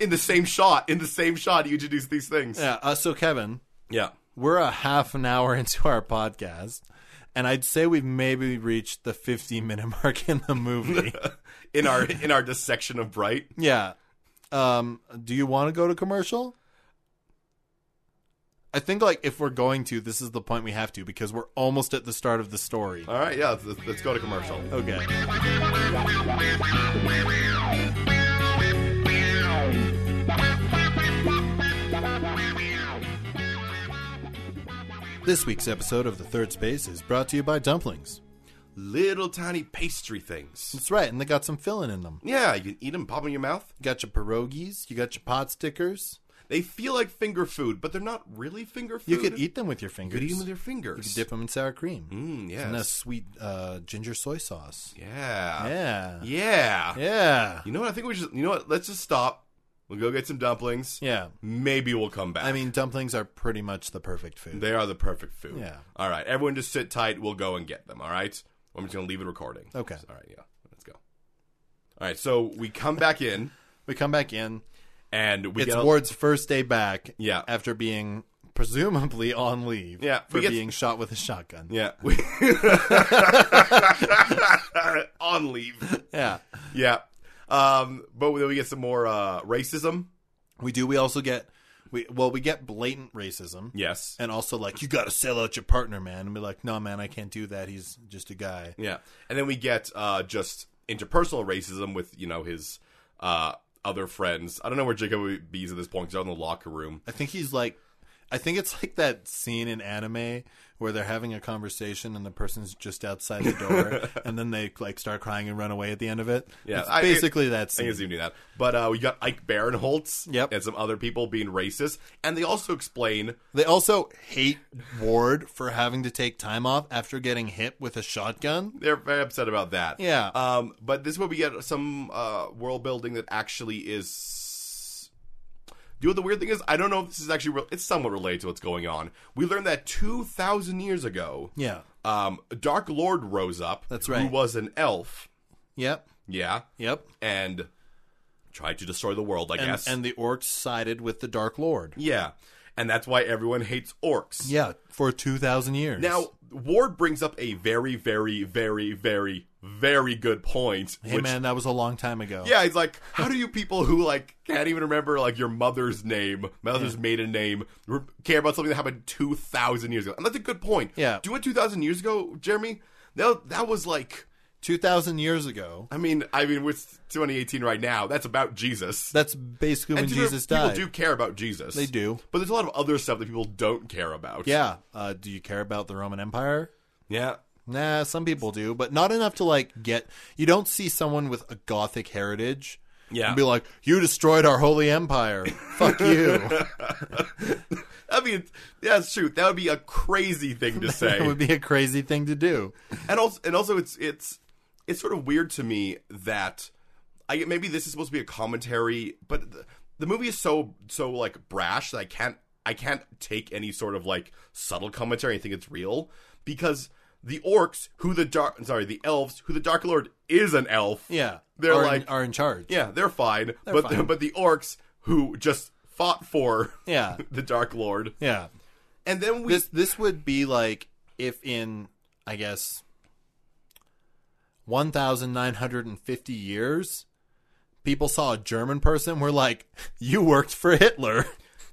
B: in the same shot, in the same shot, you introduce these things.
A: yeah. Uh, so Kevin,
B: yeah.
A: we're a half an hour *laughs* into our podcast, and I'd say we've maybe reached the fifty minute *laughs* mark in the movie.
B: in our in our dissection of Bright.
A: yeah. Um, do you want to go to commercial? I think like if we're going to, this is the point we have to because we're almost at the start of the story.
B: All right, yeah, let's, let's go to commercial.
A: Okay. This week's episode of The Third Space is brought to you by Dumplings.
B: Little tiny pastry things.
A: That's right, and they got some filling in them.
B: Yeah, you can eat them, pop 'em in your mouth.
A: You got your pierogies, you got your pot stickers.
B: They feel like finger food, but they're not really finger food.
A: You could eat them with your
B: You
A: fingers.
B: could eat them with your
A: You
B: fingers.
A: could dip them in sour cream.
B: Mm, yes.
A: And a sweet uh, ginger soy sauce.
B: Yeah.
A: Yeah. Yeah.
B: Yeah.
A: Yeah.
B: You know what? I think we should. You know what? Let's just stop. We'll go get some dumplings. Maybe we'll come back.
A: I mean, dumplings are pretty much the perfect food.
B: they are the perfect food.
A: Yeah.
B: All right, everyone, just sit tight. We'll go and get them. All right. I'm just gonna leave it recording.
A: Okay.
B: All right. Yeah. Let's go. All right. So we come back in
A: we come back in.
B: and we
A: it's
B: get a-
A: Ward's first day back.
B: Yeah.
A: After being presumably on leave.
B: Yeah,
A: For
B: we get-
A: being shot with a shotgun.
B: Yeah. We- *laughs* On leave.
A: Yeah.
B: Yeah. Um, but then we get some more uh, racism.
A: We do. We also get. We well, we get blatant racism.
B: Yes.
A: And also like you got to sell out your partner, man, and be like, no, man, I can't do that. He's just a guy.
B: Yeah. And then we get uh, just interpersonal racism with, you know, his uh, other friends. I don't know where Jacob would be at this point because they're in the locker room.
A: I think he's like. I think it's like that scene in anime where they're having a conversation and the person's just outside the
B: *laughs*
A: door, and then they like start crying and run away at the end of it.
B: Yeah,
A: it's
B: I-
A: basically that
B: I
A: scene.
B: think it's even doing that. But uh, we got Ike Barinholtz
A: Yep.
B: and some other people being racist. And they also explain
A: They also hate Ward for having to take time off after getting hit with a shotgun.
B: they're very upset about that.
A: Yeah.
B: Um, but this is where we get some uh, world building that actually is. You know what the weird thing is? I don't know if this is actually real. It's somewhat related to what's going on. We learned that two thousand years ago,
A: Yeah.
B: um, Dark Lord rose up.
A: That's right.
B: Who was an elf?
A: Yep.
B: Yeah,
A: Yep.
B: and tried to destroy the world. I
A: And,
B: guess.
A: and the orcs sided with the Dark Lord.
B: yeah, and that's why everyone hates orcs.
A: Yeah, for 2,000 years.
B: Now, Ward brings up a very, very, very, very, very good point.
A: hey
B: which
A: man, that was a long time ago.
B: Yeah, he's like, how do you people who like can't even remember like your mother's name, mother's maiden name, re- care about something that happened two thousand years ago? And that's a good point.
A: Yeah.
B: do it two thousand years ago, Jeremy. That that was like,
A: 2,000 years ago.
B: I mean, I mean, we're twenty eighteen right now. That's about Jesus.
A: That's basically when
B: And people-
A: Jesus
B: people
A: died.
B: do care about Jesus.
A: They do.
B: but there's a lot of other stuff that people don't care about.
A: Yeah. Uh, do you care about the Roman Empire?
B: yeah.
A: Nah, some people do, but not enough to like get. You don't see someone with a Gothic heritage.
B: Yeah.
A: And be like, you destroyed our holy empire. Fuck *laughs* you.
B: I mean, yeah, that's true. That would be a crazy thing
A: *laughs*
B: to say.
A: It would be a crazy thing to do.
B: and also and also it's it's it's sort of weird to me that I get- maybe this is supposed to be a commentary, but the, the movie is so so like brash that I can't I can't take any sort of like subtle commentary and think it's real because the orcs who the dark sorry the elves who the dark lord is an elf
A: Yeah,
B: They're
A: are in,
B: like-
A: are in charge.
B: yeah they're fine but
A: fine.
B: but the orcs who just fought for *laughs*
A: Yeah.
B: the dark lord
A: yeah.
B: and then we
A: This this would be like if in I guess one thousand nine hundred and fifty years, people saw a German person. We're like, you worked for Hitler.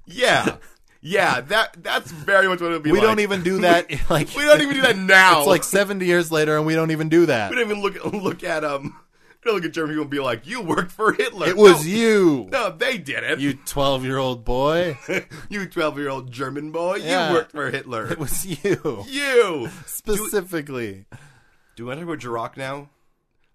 B: yeah yeah that that's very much what it would
A: *laughs*
B: be
A: We
B: like.
A: don't even do that. *laughs* Like
B: we don't even do that now
A: It's like seventy years later, and we don't even do that.
B: We don't even look *laughs* at look at um we don't look at German people and be like, You worked for Hitler.
A: It was
B: no,
A: you,
B: No, they did it.
A: you twelve year old boy.
B: You twelve year old German boy,
A: Yeah.
B: you worked for Hitler. *laughs*
A: It *laughs* was you
B: you
A: specifically.
B: eh, Do I talk about Jirac now?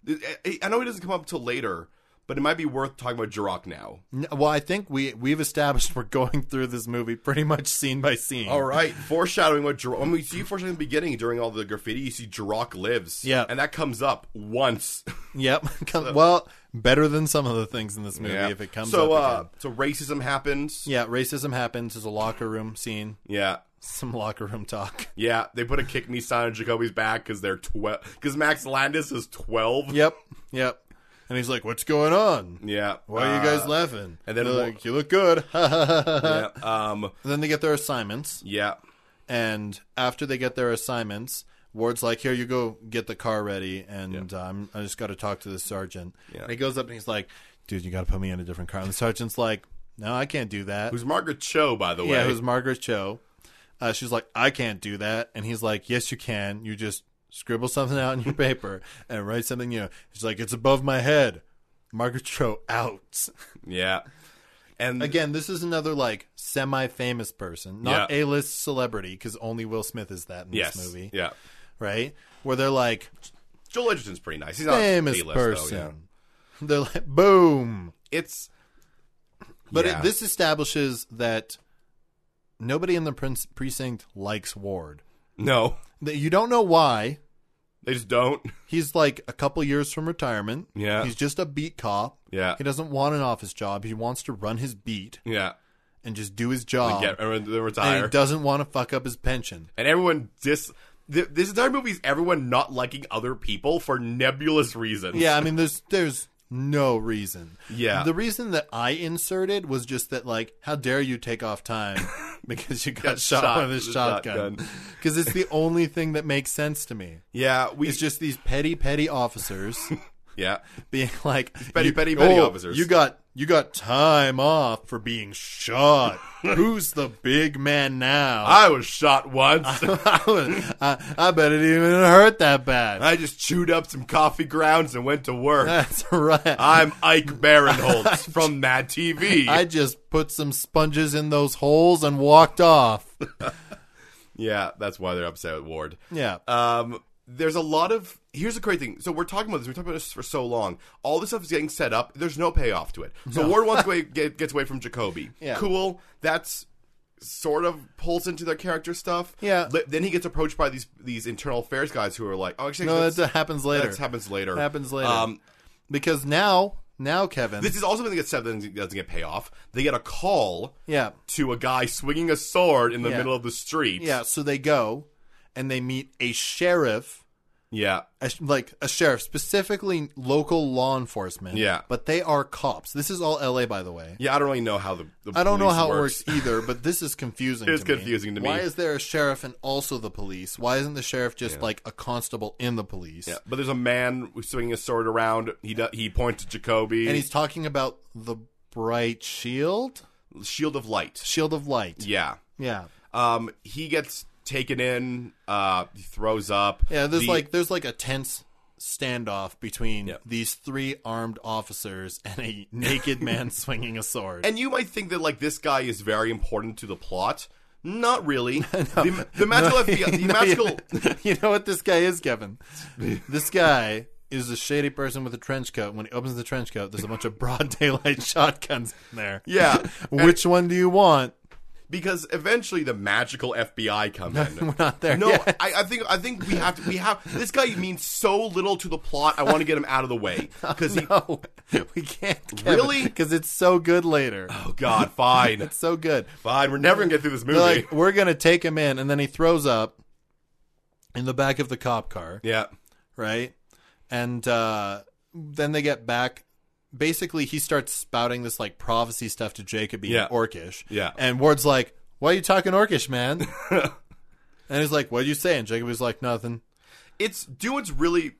B: I, I know he doesn't come up till later, but it might be worth talking about Jirok now.
A: N- Well, I think we we've established *laughs* we're going through this movie pretty much scene by scene.
B: All right, foreshadowing what Jirok. When we see foreshadowing in the beginning during all the graffiti, you see Jirok lives.
A: Yeah.
B: and that comes up once.
A: Yep. *laughs* well, better than some of the things in this movie
B: Yeah.
A: if it comes
B: so,
A: up.
B: uh,
A: again.
B: so racism happens.
A: Yeah, racism happens. There's a locker room scene. *laughs*
B: yeah.
A: Some locker room talk. *laughs*
B: Yeah, they put a kick me sign on Jacoby's back because they're twelve. Because Max Landis is twelve.
A: Yep. Yep. And he's like, "What's going on?
B: Yeah.
A: Why are you guys laughing?"
B: Uh, and then
A: They're
B: one-
A: like, "You look good." *laughs* and
B: Uh, yeah. Um.
A: then they get their assignments,
B: Yeah.
A: and after they get their assignments, Ward's like, "Here you go, get the car ready, and um, I just got to talk to the sergeant."
B: Yeah.
A: And he goes up and he's like, "Dude, you got to put me in a different car." And the sergeant's like, "No, I can't do that."
B: Who's Margaret Cho, by the way?
A: Yeah, it was Margaret Cho. Uh, she's like, I can't do that. And he's like, Yes, you can. You just scribble something out on your *laughs* paper and write something new. She's like, It's above my head. Margaret Cho
B: *laughs*
A: out.
B: yeah. And
A: Again, this is another like semi famous person, not A
B: Yeah.
A: list celebrity, because only Will Smith is that in
B: yes,
A: this movie,
B: yeah.
A: right? Where they're like,
B: Joel Edgerton's pretty nice. He's not
A: famous
B: A-list,
A: person.
B: Though, yeah.
A: They're like, boom.
B: It's
A: But
B: Yeah.
A: it, this establishes that nobody in the prince precinct likes Ward.
B: no,
A: That You don't know why.
B: they just don't.
A: He's like a couple years from retirement.
B: Yeah.
A: He's just a beat cop.
B: Yeah,
A: He doesn't want an office job. He wants to run his beat
B: yeah.
A: and just do his job.
B: Get or they
A: Oh. and
B: retire.
A: he doesn't want to fuck up his pension.
B: And everyone dis. th- This entire movie is everyone not liking other people for nebulous reasons.
A: Yeah, I mean there's there's no reason.
B: Yeah.
A: The reason that I inserted was just that like how dare you take off time *laughs* because you got, shot,
B: shot
A: with a
B: with a shotgun.
A: shotgun. Cuz it's the only thing that makes sense to me.
B: yeah. We
A: It's just these petty petty
B: *laughs*
A: officers
B: yeah.
A: being like
B: petty,
A: you-
B: petty, petty
A: oh,
B: officers."
A: You got you got time off for being
B: *laughs*
A: shot. Who's the big man now?
B: I was shot once.
A: *laughs* I, was- I, I bet it even hurt that bad.
B: I just chewed up some coffee grounds and went to
A: *laughs*
B: work.
A: That's right. I,
B: I'm
A: *laughs*
B: Ike Barinholtz from Mad TV.
A: just put some sponges in those holes and walked
B: *laughs*
A: off.
B: yeah, that's why they're upset with Ward.
A: Yeah.
B: Um, there's a lot of. Here's the great thing. So we're talking about this. We talked about this for so long. All this stuff is getting set up. There's no payoff to it. So Ward
A: *laughs*
B: wants away, get, gets away from Jacoby.
A: Yeah.
B: Cool. That's sort of pulls into their character stuff.
A: Yeah.
B: Li- then he gets approached by these these internal affairs guys who are like, oh, actually,
A: no,
B: that's,
A: that happens later.
B: that happens later.
A: Happens later.
B: Um,
A: because now, now Kevin.
B: this is also something that gets set up that doesn't doesn't get payoff. They get a call
A: yeah.
B: to a guy swinging a sword in the
A: Yeah.
B: middle of the street.
A: Yeah, so they go and they meet a sheriff
B: Yeah.
A: a, sh- like a sheriff, specifically local law enforcement.
B: Yeah.
A: but they are cops. This is all L.A. by the way.
B: Yeah, I don't really know how the, the
A: I don't know
B: police
A: how it works either, but this is
B: *laughs*
A: confusing.
B: It's
A: to me.
B: confusing to me.
A: Why is there a sheriff and also the police? Why isn't the sheriff just like a constable in the police?
B: Yeah, but there's a man swinging a sword around. He do, he points to Jacoby.
A: And he's talking about the bright shield,
B: shield of light.
A: shield of light.
B: Yeah.
A: Yeah,
B: Um. He gets taken in. Uh. He throws up.
A: yeah. There's
B: The-
A: like there's like a tense standoff between
B: Yeah.
A: these three armed officers and
B: *laughs*
A: a naked man swinging a sword. *laughs*
B: And you might think that like this guy is very important to the plot.
A: *laughs*
B: Not really. the, the magical FBI the
A: No,
B: magical.
A: You, *laughs* you know what this guy is, Kevin? This guy is a shady person with a trench coat. When he opens the trench coat, there's a bunch of broad *laughs* daylight shotguns in there.
B: Yeah,
A: *laughs* Which one do you want?
B: because eventually the magical
A: *laughs*
B: FBI come in.
A: We're not there
B: No,
A: yet.
B: I, I think I think we have to. We have this guy means so little to the plot. I want to get him out of the way because he.
A: *laughs* No, we can't. Kevin,
B: Really?
A: Because it's so good later.
B: Oh God, fine,
A: It's so good.
B: fine. We're never gonna get through this movie.
A: They're like, we're going to take him in. And then he throws up in the back of the cop car.
B: yeah,
A: right? And uh, then they get back. Basically, he starts spouting this like prophecy stuff to Jacoby
B: Yeah.
A: and Orkish.
B: Yeah.
A: And Ward's like, "Why you talking Orkish, man?" *laughs* and he's like, "What you saying?" Jacoby's like, "Nothing."
B: it's do what's really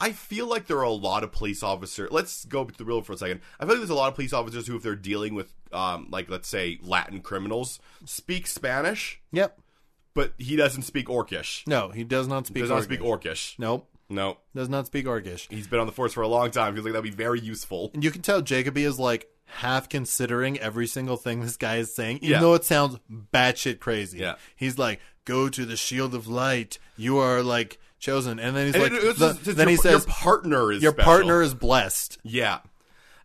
B: I feel like there are a lot of police officers. Let's go to the real for a second. I feel like there's a lot of police officers who, if they're dealing with, um, like let's say Latin criminals, speak Spanish,
A: Yep.
B: but he doesn't speak Orcish.
A: No, he does not speak.
B: Does
A: Orcish.
B: not speak Orcish.
A: Nope.
B: No,
A: Does not speak Orkish.
B: he's been on the force for a long time. Feels like that'd be very useful.
A: And you can tell Jacoby is like half considering every single thing this guy is saying, even
B: Yeah.
A: though it sounds batshit crazy.
B: Yeah.
A: He's like, "Go to the shield of light. You are like." Chosen, and then he's
B: And
A: like,
B: it- it's
A: the-
B: just- it's
A: then
B: your,
A: he says,
B: "Your partner is
A: Your
B: special.
A: partner is blessed.
B: Yeah,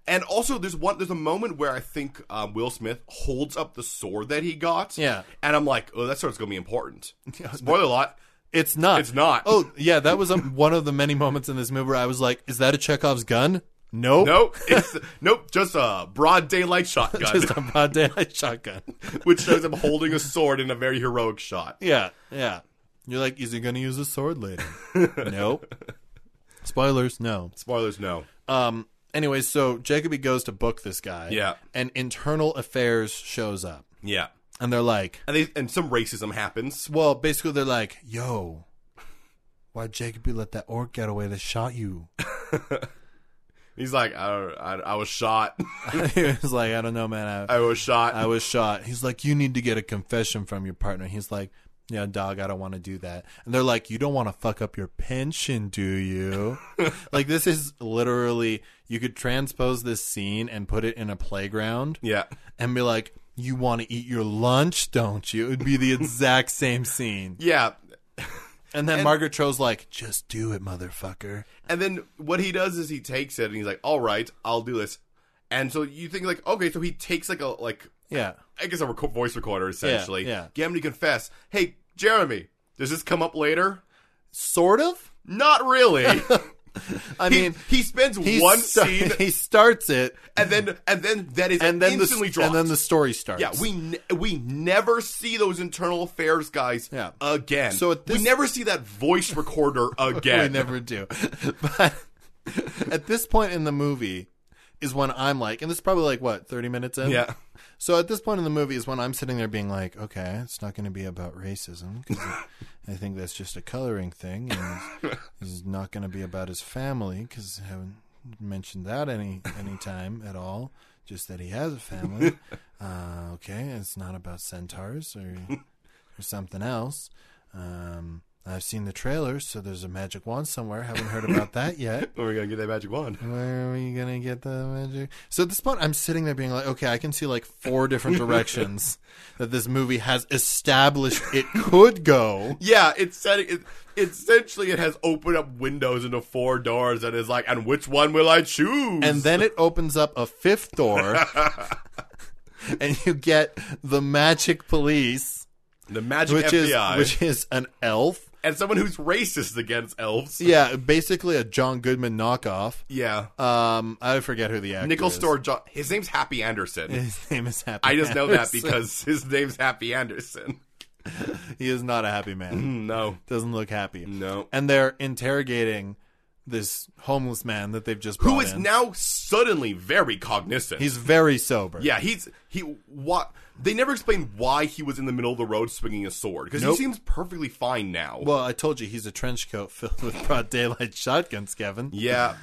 B: And also, there's one. There's a moment where I think um, Will Smith holds up the sword that he got.
A: Yeah.
B: and I'm like, oh, that sword's gonna
A: *laughs*
B: be important. Spoiler alert.
A: It's not.
B: It's not.
A: Oh, yeah, that was um, one of the many moments in this movie where I was like, "Is that a Chekhov's gun?" Nope.
B: Nope, *laughs* it's, nope, just a broad daylight shotgun,
A: *laughs* Just a broad daylight *laughs* shotgun.
B: *laughs* which shows him holding a sword in a very heroic shot.
A: Yeah, yeah. You're like, is he going to use a sword
B: *laughs*
A: later? nope. Spoilers, no.
B: Spoilers, no.
A: Um. Anyway, so Jacoby goes to book this guy.
B: Yeah.
A: And internal affairs shows up,
B: Yeah,
A: and they're like,
B: and they and some racism happens.
A: well, basically they're like, yo, why Jacoby let that orc get away that shot you? *laughs*
B: He's like, I, don't- I, I was shot. *laughs*
A: he was like, I don't know, man. I,
B: I was shot.
A: I was shot. He's like, you need to get a confession from your partner. He's like. Yeah, dog, I don't want to do that. And they're like, You don't want to fuck up your pension, do you? like, this is literally, you could transpose this scene and put it in a playground.
B: *laughs* yeah,
A: and be like, "You want to eat your lunch, don't you?" It would
B: *laughs*
A: be the exact same scene.
B: yeah.
A: And then Margaret Cho's like, "Just do it, motherfucker."
B: And then what he does is he takes it and he's like, "All right, I'll do this." And so you think like, okay, so he takes like a like
A: Yeah,
B: I guess a reco- voice recorder essentially.
A: yeah.
B: Get him to confess. Hey, Jeremy, does this come up later?
A: sort of.
B: Not
A: *laughs*
B: really.
A: I
B: he,
A: mean,
B: he spends
A: he
B: one
A: sta- *laughs*
B: scene
A: he starts it,
B: and then and then that
A: *laughs*
B: is
A: and then the
B: instantly dropped.
A: and then the story starts.
B: yeah, we ne- we never see those internal affairs guys
A: Yeah.
B: again.
A: So at this-
B: we never see that voice recorder
A: *laughs*
B: again.
A: we never do. *laughs* but at this point in the movie is when I'm like, and this is probably like what thirty minutes in.
B: Yeah.
A: So at this point in the movie is when I'm sitting there being like, okay, it's not going to be about racism. 'cause I think that's just a coloring thing. And it's not going to be about his family because I haven't mentioned that any any time at all. Just that he has a family. Uh, okay, it's not about centaurs or or something else. Um, I've seen the trailer, so there's a magic wand somewhere. Haven't heard about that yet.
B: We're gonna Oh, get that magic wand.
A: Where are we gonna get the magic? So at this point, I'm sitting there being like, okay, I can see like four
B: *laughs*
A: different directions that this movie has established it could
B: *laughs*
A: go.
B: Yeah, it's setting. It, essentially, it has opened up windows into four doors, and is like, and which one will I choose?
A: And then it opens up a fifth
B: *laughs*
A: door, and you get the magic police,
B: the magic
A: which is
B: FBI,
A: which is an elf.
B: and someone who's racist against elves.
A: Yeah, basically a John Goodman knockoff.
B: Yeah,
A: Um, I forget who the actor
B: Nickel
A: is.
B: Store. John, his name's Happy Anderson.
A: *laughs* His name is Happy.
B: I just
A: *laughs*
B: know that
A: Anderson.
B: because his name's Happy Anderson.
A: he is not a happy
B: Mm-hmm.
A: man.
B: No,
A: Doesn't look happy.
B: no.
A: And they're interrogating this homeless man that they've just brought
B: Who is
A: in.
B: now suddenly very cognizant.
A: He's very sober.
B: yeah, he's he. What they never explain why he was in the middle of the road swinging a sword because
A: Nope.
B: he seems perfectly fine now.
A: Well, I told you he's a trench coat filled with *laughs* broad daylight shotguns, Kevin.
B: Yeah.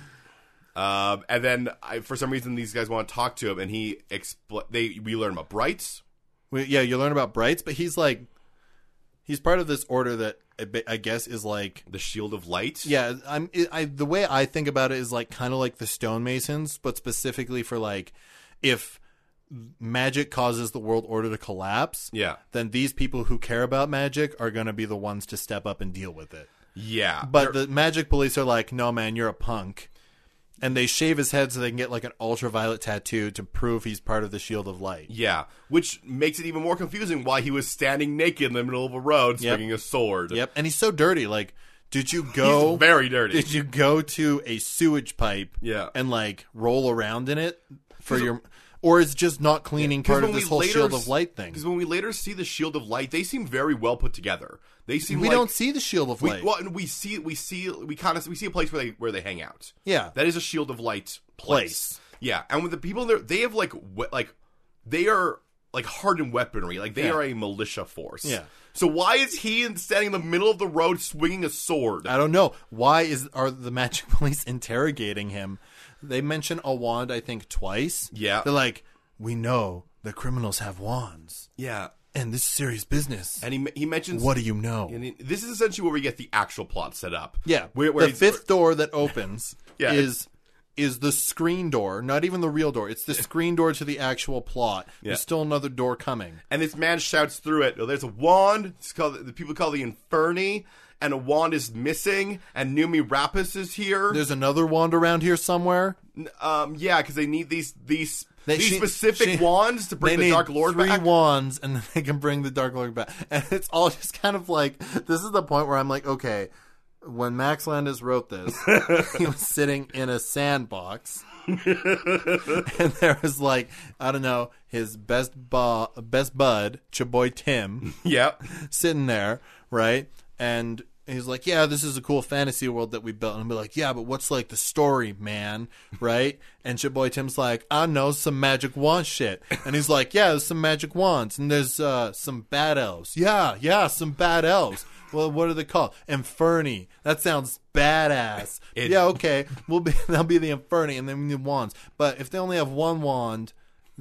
B: Um, and then I, for some reason these guys want to talk to him, and he expl- they we learn about Brights.
A: We, yeah, you learn about Brights, but he's like, he's part of this order that I be- I guess is like,
B: the Shield of Light.
A: yeah, I'm. I, I the way I think about it is like kind of like the stonemasons, but specifically for like, if magic causes the world order to collapse,
B: yeah,
A: then these people who care about magic are going to be the ones to step up and deal with it.
B: yeah.
A: But the magic police are like, no, man, you're a punk. And they shave his head so they can get like an ultraviolet tattoo to prove he's part of the Shield of Light.
B: yeah, which makes it even more confusing why he was standing naked in the middle of a road swinging a sword.
A: Yep. And he's so dirty. Like, did you
B: he's
A: go.
B: very dirty.
A: *laughs* Did you go to a sewage pipe
B: Yeah.
A: and like roll around in it for your. Or is just not cleaning part of this whole Shield of Light thing?
B: Because when we later see the Shield of Light, they seem very well put together. They seem
A: We
B: like,
A: don't see the Shield of
B: we,
A: Light.
B: well, and we see we see we kind of we see a place where they where they hang out.
A: yeah.
B: That is a shield of light
A: Place.
B: place. Yeah, and with the people in there, they have like we- like they are like hardened weaponry. Like they
A: Yeah.
B: are a militia force.
A: Yeah.
B: So why is he in- standing in the middle of the road swinging a sword?
A: I don't know why is are the magic *laughs* police interrogating him. They mention a wand, I think, twice.
B: Yeah.
A: they're like, we know the criminals have wands,
B: yeah.
A: and this is serious business.
B: And he he mentions
A: What do you know?
B: And he- this is essentially where we get the actual plot set up.
A: yeah,
B: Where, where
A: the
B: he's-
A: fifth door that opens
B: *laughs* Yeah,
A: is is the screen door, not even the real door. It's the screen door to the actual plot.
B: Yeah.
A: There's still another door coming.
B: And this man shouts through it. Oh, there's a wand. It's called the people call the Inferni, and a wand is missing. And Numi Rapus is here.
A: There's another wand around here somewhere.
B: Um, yeah, because they need these these
A: They-
B: these
A: she-
B: specific
A: she-
B: wands to bring
A: they
B: the
A: need
B: Dark Lord
A: three
B: back. *laughs*
A: wands, and then *laughs* they can bring the Dark Lord back. And it's all just kind of like this is the point where I'm like, okay, when Max Landis wrote
B: *laughs*
A: this, he was sitting in a sandbox, *laughs* and there was like I don't know his best bu- best bud, your boy Tim,
B: yep.
A: *laughs* sitting there, right? And he's like, "Yeah, this is a cool fantasy world that we built." And I'm like, "Yeah, but what's like the story, man?" *laughs* Right? And your boy Tim's like, "I know some magic wand shit." And he's like, "Yeah, there's some magic wands, and there's uh, some bad elves. Yeah, yeah, some bad elves." Well, what are they called? Inferni. That sounds badass.
B: It-
A: yeah, okay. We'll be *laughs* that'll be the Inferni, and then we need wands. But if they only have one wand,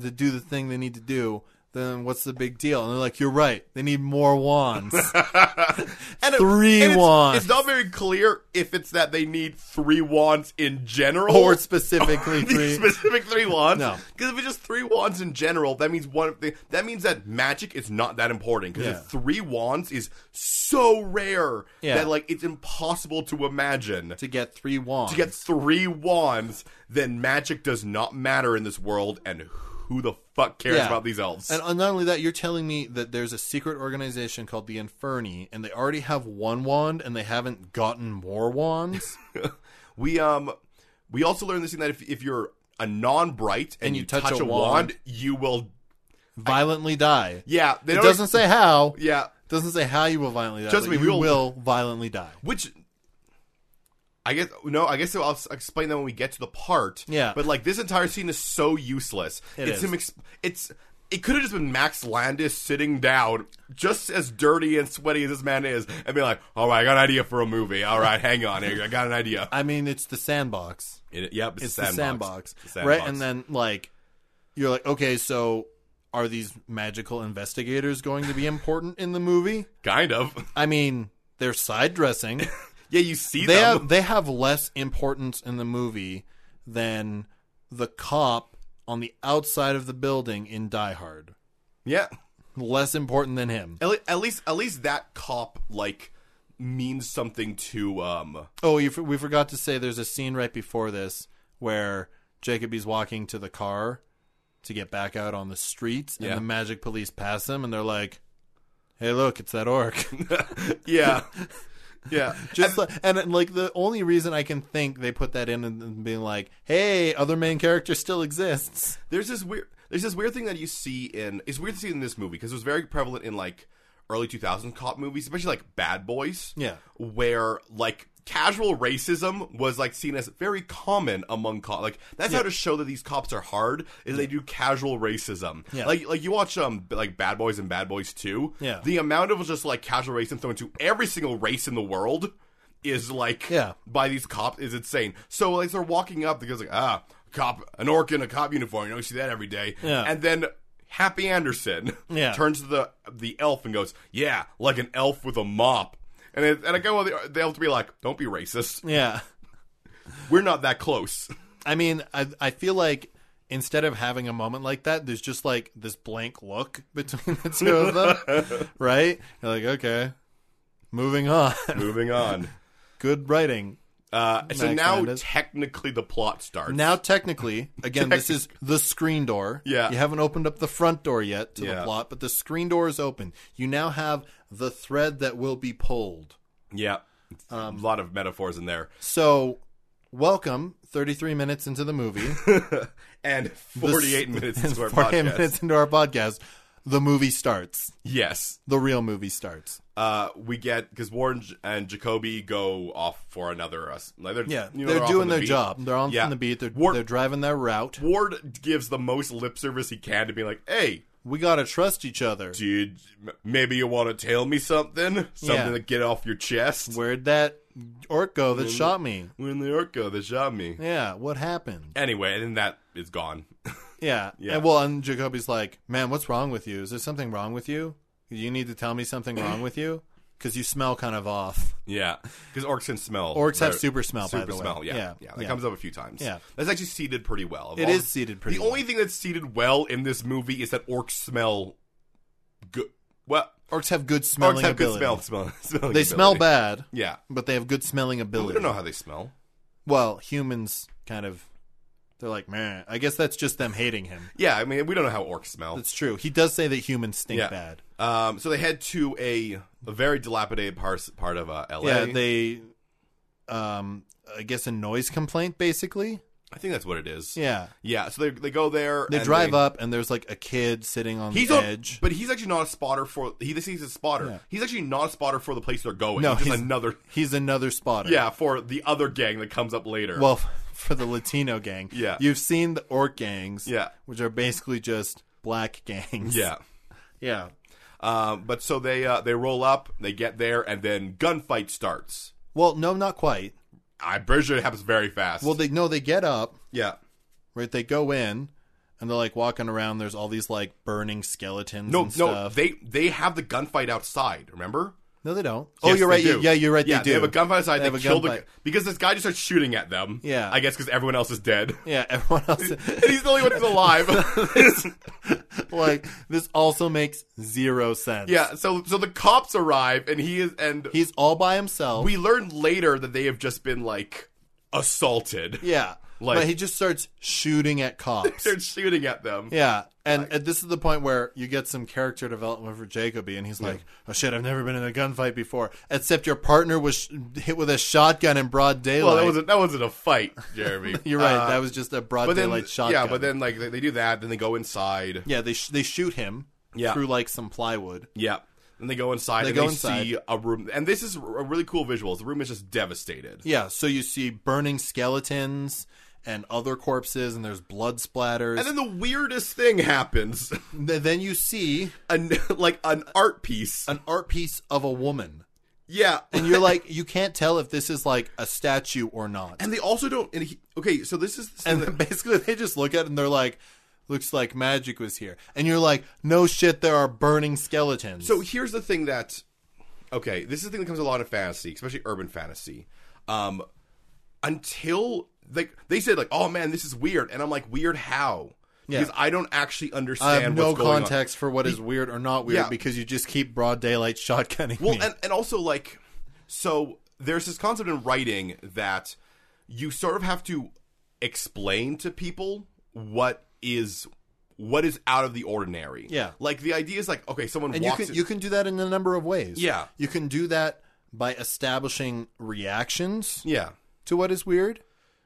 A: to do the thing they need to do, then what's the big deal? And they're like, you're right. They need more
B: *laughs*
A: wands.
B: And it-
A: Three
B: and it's-
A: wands.
B: It's, not very clear if it's that they need three wands in general
A: or specifically
B: *laughs* these
A: three.
B: specific three wands.
A: No.
B: because if it's just three wands in general, that means one. Thing, that means that magic is not that important. Because
A: Yeah.
B: three wands is so rare
A: Yeah.
B: that like it's impossible to imagine.
A: to get three wands.
B: to get three wands, then magic does not matter in this world, and who the fuck cares
A: Yeah.
B: about these elves?
A: and and not only that, you're telling me that there's a secret organization called the Inferni, and they already have one wand, and they haven't gotten more
B: *laughs*
A: wands.
B: we um, we also learned this thing that if if you're a non-bright and, you, touch, a, wand, you will.
A: violently die.
B: Yeah, they
A: It
B: don't
A: doesn't say how.
B: Yeah,
A: Doesn't say how you will violently die.
B: Trust
A: but
B: me,
A: you
B: we will-
A: will violently die.
B: which. I guess no. I guess I'll s- explain that when we get to the part.
A: Yeah.
B: but like this entire scene is so useless.
A: It
B: it's
A: is.
B: him. Exp- it's it could have just been Max Landis sitting down, just as dirty and sweaty as this man is, and be like, "All right, I got an idea for a movie.
A: *laughs*
B: All right, hang on, here, I got an idea."
A: I mean, it's the sandbox.
B: It, yep, it's,
A: it's
B: the sandbox.
A: the sandbox,
B: It's
A: right? And then like you're like, okay, so are these magical investigators going to be important in the movie?
B: kind of, *laughs*
A: I mean, they're side *laughs* dressing.
B: yeah, you see
A: They
B: them.
A: have they have less importance in the movie than the cop on the outside of the building in Die Hard.
B: yeah,
A: Less important than him.
B: at, le- at least at least that cop like means something to um.
A: Oh, you, f- we forgot to say there's a scene right before this where Jacoby's walking to the car to get back out on the streets, and
B: Yeah.
A: the magic police pass him, and they're like, "Hey, look, it's that orc." *laughs*
B: Yeah, yeah,
A: Just like, and then, like the only reason I can think they put that in and- and being like, "Hey, other main character still exists."
B: there's this weird there's this weird thing that you see in it's weird to see in this movie because it was very prevalent in like early 2000 cop movies especially like bad boys
A: Yeah.
B: where like casual racism was like seen as very common among cops like that's how to show that these cops are hard is they do casual racism
A: Yeah.
B: like like you watch um like bad boys and bad boys 2
A: Yeah.
B: the amount of just like casual racism thrown to every single race in the world is like
A: Yeah.
B: by these cops is insane. So like they're walking up, the guy's like, ah, cop, an orc in a cop uniform. You don't see that every day.
A: Yeah.
B: And then Happy Anderson *laughs*
A: Yeah.
B: turns to the the elf and goes, yeah, like an elf with a mop. And it, and I go, well, the, the elf to be like, don't be racist.
A: Yeah,
B: We're not that close. *laughs*
A: I mean, I I feel like instead of having a moment like that, there's just like this blank look *laughs* between the two of *laughs* them, right? You're like, okay, moving on.
B: Moving on.
A: Good writing.
B: Uh, so
A: Max
B: now
A: Landis.
B: technically the plot starts.
A: Now, technically,
B: *laughs*
A: again, this is the screen door.
B: Yeah.
A: You haven't opened up the front door yet to
B: Yeah.
A: the plot, but the screen door is open. You now have the thread that will be pulled.
B: yeah,
A: Um,
B: a lot of metaphors in there,
A: So, welcome 33 minutes into the
B: *laughs*
A: movie.
B: and forty eight
A: *laughs*
B: minutes into our
A: 48
B: podcast.
A: minutes into our podcast, the movie starts.
B: Yes,
A: The real movie starts.
B: uh, we get because Warren J- and Jacoby go off for another. Uh, s- like they're,
A: Yeah.
B: you know,
A: they're
B: off on
A: doing
B: the
A: their
B: beat.
A: job. They're on
B: Yeah.
A: the beat. They're,
B: War-
A: they're driving their route.
B: Ward gives the most lip service he can to be like, "Hey,
A: We got to trust each other.
B: dude, m- maybe you want to tell me something, something
A: Yeah.
B: to get off your chest."
A: Where'd that orc go that shot me?
B: When the orca that shot me.
A: Yeah. What happened?
B: Anyway, and then that is gone.
A: Yeah.
B: Yeah.
A: And, well, and
B: *clears throat*
A: Jacoby's like, man, what's wrong with you? Is there something wrong with you? You need to tell me something wrong with you? because you smell kind of off.
B: Yeah, because orcs can smell.
A: Orcs have
B: They're-
A: super smell, by
B: Super
A: the way.
B: smell. Yeah,
A: Yeah,
B: yeah, that
A: yeah.
B: comes up a few times.
A: Yeah.
B: that's actually seated pretty well. Of
A: It
B: all-
A: is seated pretty.
B: The only thing that's seated well in this movie is that orcs smell good. Well,
A: well. orcs have good smelling
B: orcs have
A: ability.
B: good smell. Smell. *laughs* smelling
A: They smell bad,
B: ability. Yeah,
A: but they have good smelling
B: Well,
A: ability.
B: we don't know how they smell.
A: Well, humans kind of they're like, man. I guess that's just them hating him.
B: Yeah, I mean we don't know how orcs smell.
A: That's true. He does say that humans stink
B: Yeah.
A: bad.
B: Um, so they head to a, a very dilapidated part, part of uh, L.A.
A: Yeah, they um I guess a noise complaint basically.
B: I think that's what it is.
A: Yeah.
B: Yeah, so they they go there.
A: They
B: and
A: drive
B: they-
A: up and there's like a kid sitting on
B: He's
A: the
B: on,
A: edge.
B: but he's actually not a spotter for. He thinks he's a spotter.
A: Yeah.
B: He's actually not a spotter for the place they're going.
A: No,
B: he's just
A: he's-
B: another.
A: He's another spotter.
B: Yeah, for the other gang that comes up later.
A: Well, f- for the Latino gang.
B: Yeah.
A: You've seen the orc gangs.
B: Yeah.
A: Which are basically just black gangs.
B: yeah.
A: Yeah.
B: Um, but so they uh, they roll up, they get there, and then gunfight starts.
A: Well, no, not quite.
B: I'm pretty sure it happens very fast.
A: Well, they no, they get up,
B: yeah,
A: right? They go in and they're like walking around. There's all these like burning skeletons
B: no,
A: and
B: no,
A: stuff.
B: they they have the gunfight outside. Remember?
A: no, they don't. Oh,
B: Yes,
A: you're
B: they
A: right.
B: do.
A: Yeah, you're right.
B: Yeah,
A: they do.
B: have a gunfight outside.
A: They
B: They,
A: have a
B: kill the
A: gunfight.
B: because this guy just starts shooting at them.
A: Yeah.
B: I guess because everyone else is dead. *laughs*
A: Yeah, everyone else. *laughs*
B: And he's the only one who's alive.
A: like this also makes zero sense.
B: yeah, so so the cops arrive and he is and
A: he's all by himself.
B: we learn later that they have just been like assaulted.
A: yeah,
B: Like-
A: but he just starts shooting at cops.
B: *laughs* They're shooting at them.
A: yeah, and, and this is the point where you get some character development for Jacoby, and he's like, "Oh shit, I've never been in a gunfight before, except your partner was sh- hit with a shotgun in broad daylight."
B: Well, that wasn't that wasn't a fight, Jeremy.
A: *laughs* You're right.
B: Uh,
A: that was just a broad
B: but then,
A: daylight shotgun.
B: yeah, but then like they, they do that, then they go inside.
A: yeah, they sh- they shoot him
B: Yeah.
A: through like some plywood.
B: Yeah. Then they go inside
A: They
B: and
A: go
B: they
A: inside.
B: see a room. And this is a really cool visual. The room is just devastated.
A: Yeah, so you see burning skeletons and other corpses, and there's blood splatters.
B: And then the weirdest thing happens. *laughs*
A: Th- then you see
B: An, like an art piece.
A: an art piece of a woman.
B: yeah.
A: And
B: *laughs*
A: you're like, you can't tell if this is like a statue or not.
B: And they also don't. And he, okay, so this is the
A: And
B: thing
A: *laughs* then
B: that-
A: basically, they just look at it and they're like, looks like magic was here. And you're like, no shit, there are burning skeletons.
B: so here's the thing that. Okay, this is the thing that comes a lot in fantasy, especially urban fantasy. Um, until like they said, like, oh man, this is weird, and I'm like, weird how?
A: Yeah.
B: Because I don't actually understand.
A: I have no
B: what's going on.
A: context for what is weird or not weird
B: Yeah.
A: because you just keep broad daylight shotgunning.
B: Well,
A: me.
B: and, and also like, so there's this concept in writing that you sort of have to explain to people what is what is out of the ordinary.
A: Yeah.
B: like the idea is like, okay, someone
A: And you
B: walks.
A: can
B: in-
A: you can do that in a number of ways.
B: Yeah.
A: You can do that by establishing reactions
B: yeah.
A: to what is weird.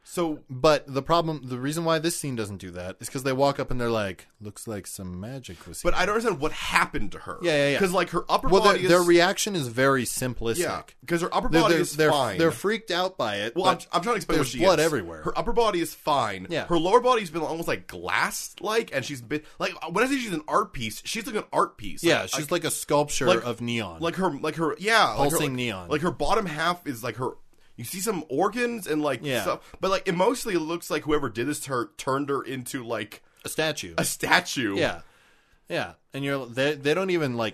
B: So
A: But the problem the reason why this scene doesn't do that is because they walk up and they're like, looks like some magic was here.
B: But I don't understand what happened to her.
A: Yeah, yeah, yeah.
B: Because like her upper
A: well
B: body
A: their, their
B: is
A: reaction is very simplistic.
B: yeah, because her upper
A: They're,
B: body
A: they're,
B: is
A: they're-
B: fine.
A: they're freaked out by it.
B: well, I'm,
A: but
B: I'm trying to explain
A: there's
B: what she
A: blood
B: is.
A: everywhere.
B: Her upper body is fine.
A: Yeah.
B: Her lower body's been almost like glass like, and she's been like when I say she's an art piece, she's like an art piece. Like,
A: yeah, she's like, a sculpture
B: like-
A: of neon.
B: like her like her yeah like her-
A: Pulsing
B: like-
A: neon.
B: like her bottom half is like her you see some organs and like
A: Yeah.
B: stuff but like it mostly looks like whoever did this to her turned her into like
A: a statue.
B: a statue
A: Yeah, yeah, and you're they they don't even like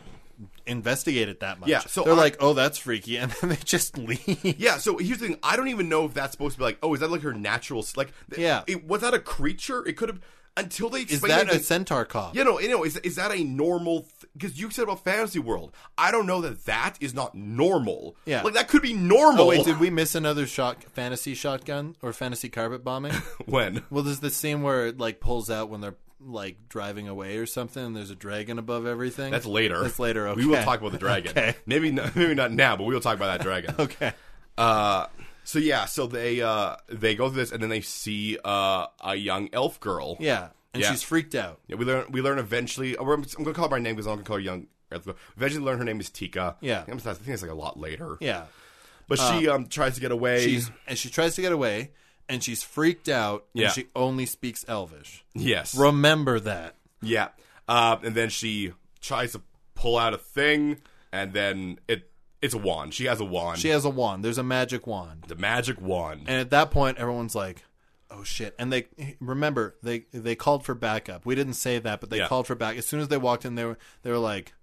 A: investigate it that much.
B: Yeah, so
A: they're
B: I-
A: like, oh, that's freaky, *laughs* and then they just leave.
B: yeah so here's the thing i don't even know if that's supposed to be like oh is that like her natural s- like th-
A: Yeah.
B: it, was that a creature it could have until they
A: Is
B: explained
A: that
B: it,
A: a centaur cop?
B: you know, you know, is is that a normal? Because you said about fantasy world, I don't know that that is not normal.
A: Yeah.
B: like that could be normal.
A: Oh wait, did we miss another shot fantasy shotgun or fantasy carpet bombing?
B: *laughs* when?
A: *laughs* well, there's the scene where it like pulls out when they're like driving away or something, and there's a dragon above everything.
B: That's later.
A: That's later. Okay.
B: We will talk about the dragon.
A: Okay.
B: Maybe not, maybe not now, but we will talk about that dragon.
A: *laughs* Okay.
B: Uh, so yeah, so they uh they go through this and then they see uh a young elf girl.
A: Yeah, and
B: Yeah.
A: she's freaked out.
B: Yeah, we learn we learn eventually. oh, we're- I'm, gonna call her by name because I'm gonna call her young. elf girl. Eventually, learn her name is Tika.
A: Yeah.
B: I'm sorry, I think it's like a lot later.
A: Yeah, Uh,
B: But she um tries to get away.
A: she's and she tries to get away, and she's freaked out.
B: Yeah.
A: and she only speaks Elvish.
B: yes,
A: Remember that.
B: yeah. Um, and then she tries to pull out a thing, and then it it's a wand. She has a wand.
A: She has a wand. There's a magic wand.
B: the magic wand.
A: And at that point, everyone's like, "Oh shit!" And they remember they they called for backup. We didn't say that, but they
B: Yeah.
A: called for back. As soon as they walked in, they were they were like,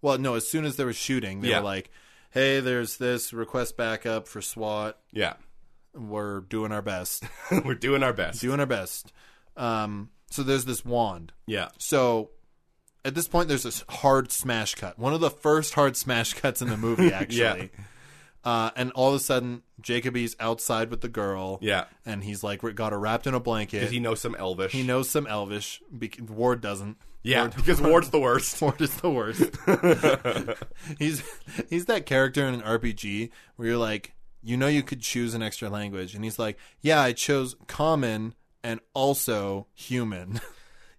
A: "Well, no." As soon as they were shooting, they
B: Yeah.
A: were like, hey, there's this request backup for SWAT.
B: Yeah. *laughs*
A: We're doing our best.
B: We're doing our best.
A: doing our best. Um, so there's this wand.
B: yeah.
A: So at this point, there's this hard smash cut. One of the first hard smash cuts in the
B: *laughs*
A: movie, actually. uh, and all of a sudden, Jacoby's outside with the girl.
B: Yeah.
A: And he's like, got her wrapped in a blanket.
B: Because he knows some Elvish.
A: He knows some Elvish. bec Ward doesn't.
B: yeah.
A: Ward, *laughs*
B: Because Ward's the worst.
A: Ward is the worst.
B: *laughs*
A: he's he's that character in an RPG where you're like, you know, you could choose an extra language, and he's like, yeah, I chose common and also human.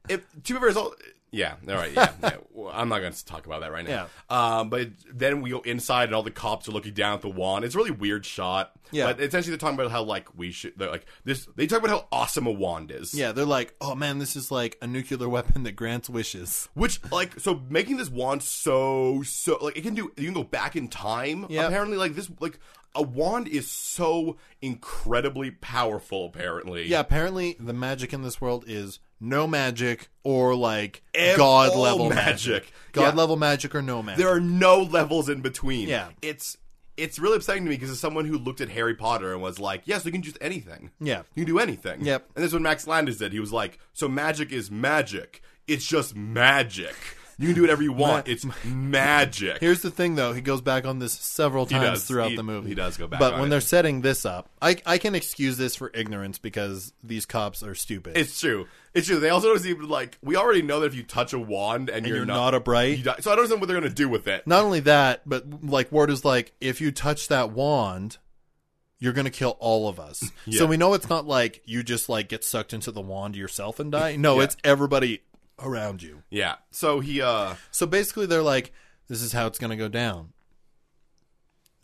B: if to be fair, it's all yeah. All right, yeah.
A: *laughs*
B: yeah. Well, I'm not going to talk about that right now. Um, but then we go inside, and all the cops are looking down at the wand. It's a really weird shot.
A: Yeah.
B: but essentially they're talking about how like we should they're like this. They talk about how awesome a wand is.
A: yeah, they're like, oh man, this is like a nuclear *laughs* weapon that grants wishes.
B: Which like so making this wand so so like it can do you can go back in time
A: Yep.
B: apparently like this like a wand is so incredibly powerful apparently
A: Yeah, apparently the magic in this world is no magic or like
B: Ev-
A: god
B: all
A: level magic.
B: magic
A: God
B: Yeah.
A: level magic or no magic.
B: There are no levels in between.
A: Yeah.
B: It's it's really upsetting to me because as someone who looked at Harry Potter and was like, yes, we can choose anything.
A: Yeah.
B: You can do anything.
A: Yep.
B: And this is what Max Landis did. He was like, so magic is magic. It's just magic. You can
A: *laughs*
B: do whatever you want. It's magic.
A: Here's the thing, though. He goes back on this several times
B: does.
A: throughout
B: He-
A: the movie.
B: he does go back
A: But
B: on
A: when
B: it.
A: they're setting this up, I, I can excuse this for ignorance because these cops are stupid.
B: It's true. It's true. They also don't seem like we already know that if you touch a wand and,
A: you're not a bright.
B: you die. so I don't understand what they're gonna do with it.
A: Not only that, but like Ward is like, if you touch that wand, you're gonna kill all of us.
B: *laughs* Yeah.
A: So we know it's not like you just like get sucked into the wand yourself and
B: *laughs*
A: die. No,
B: Yeah.
A: it's everybody around you.
B: Yeah. So he uh
A: So basically, they're like, this is how it's going to go down.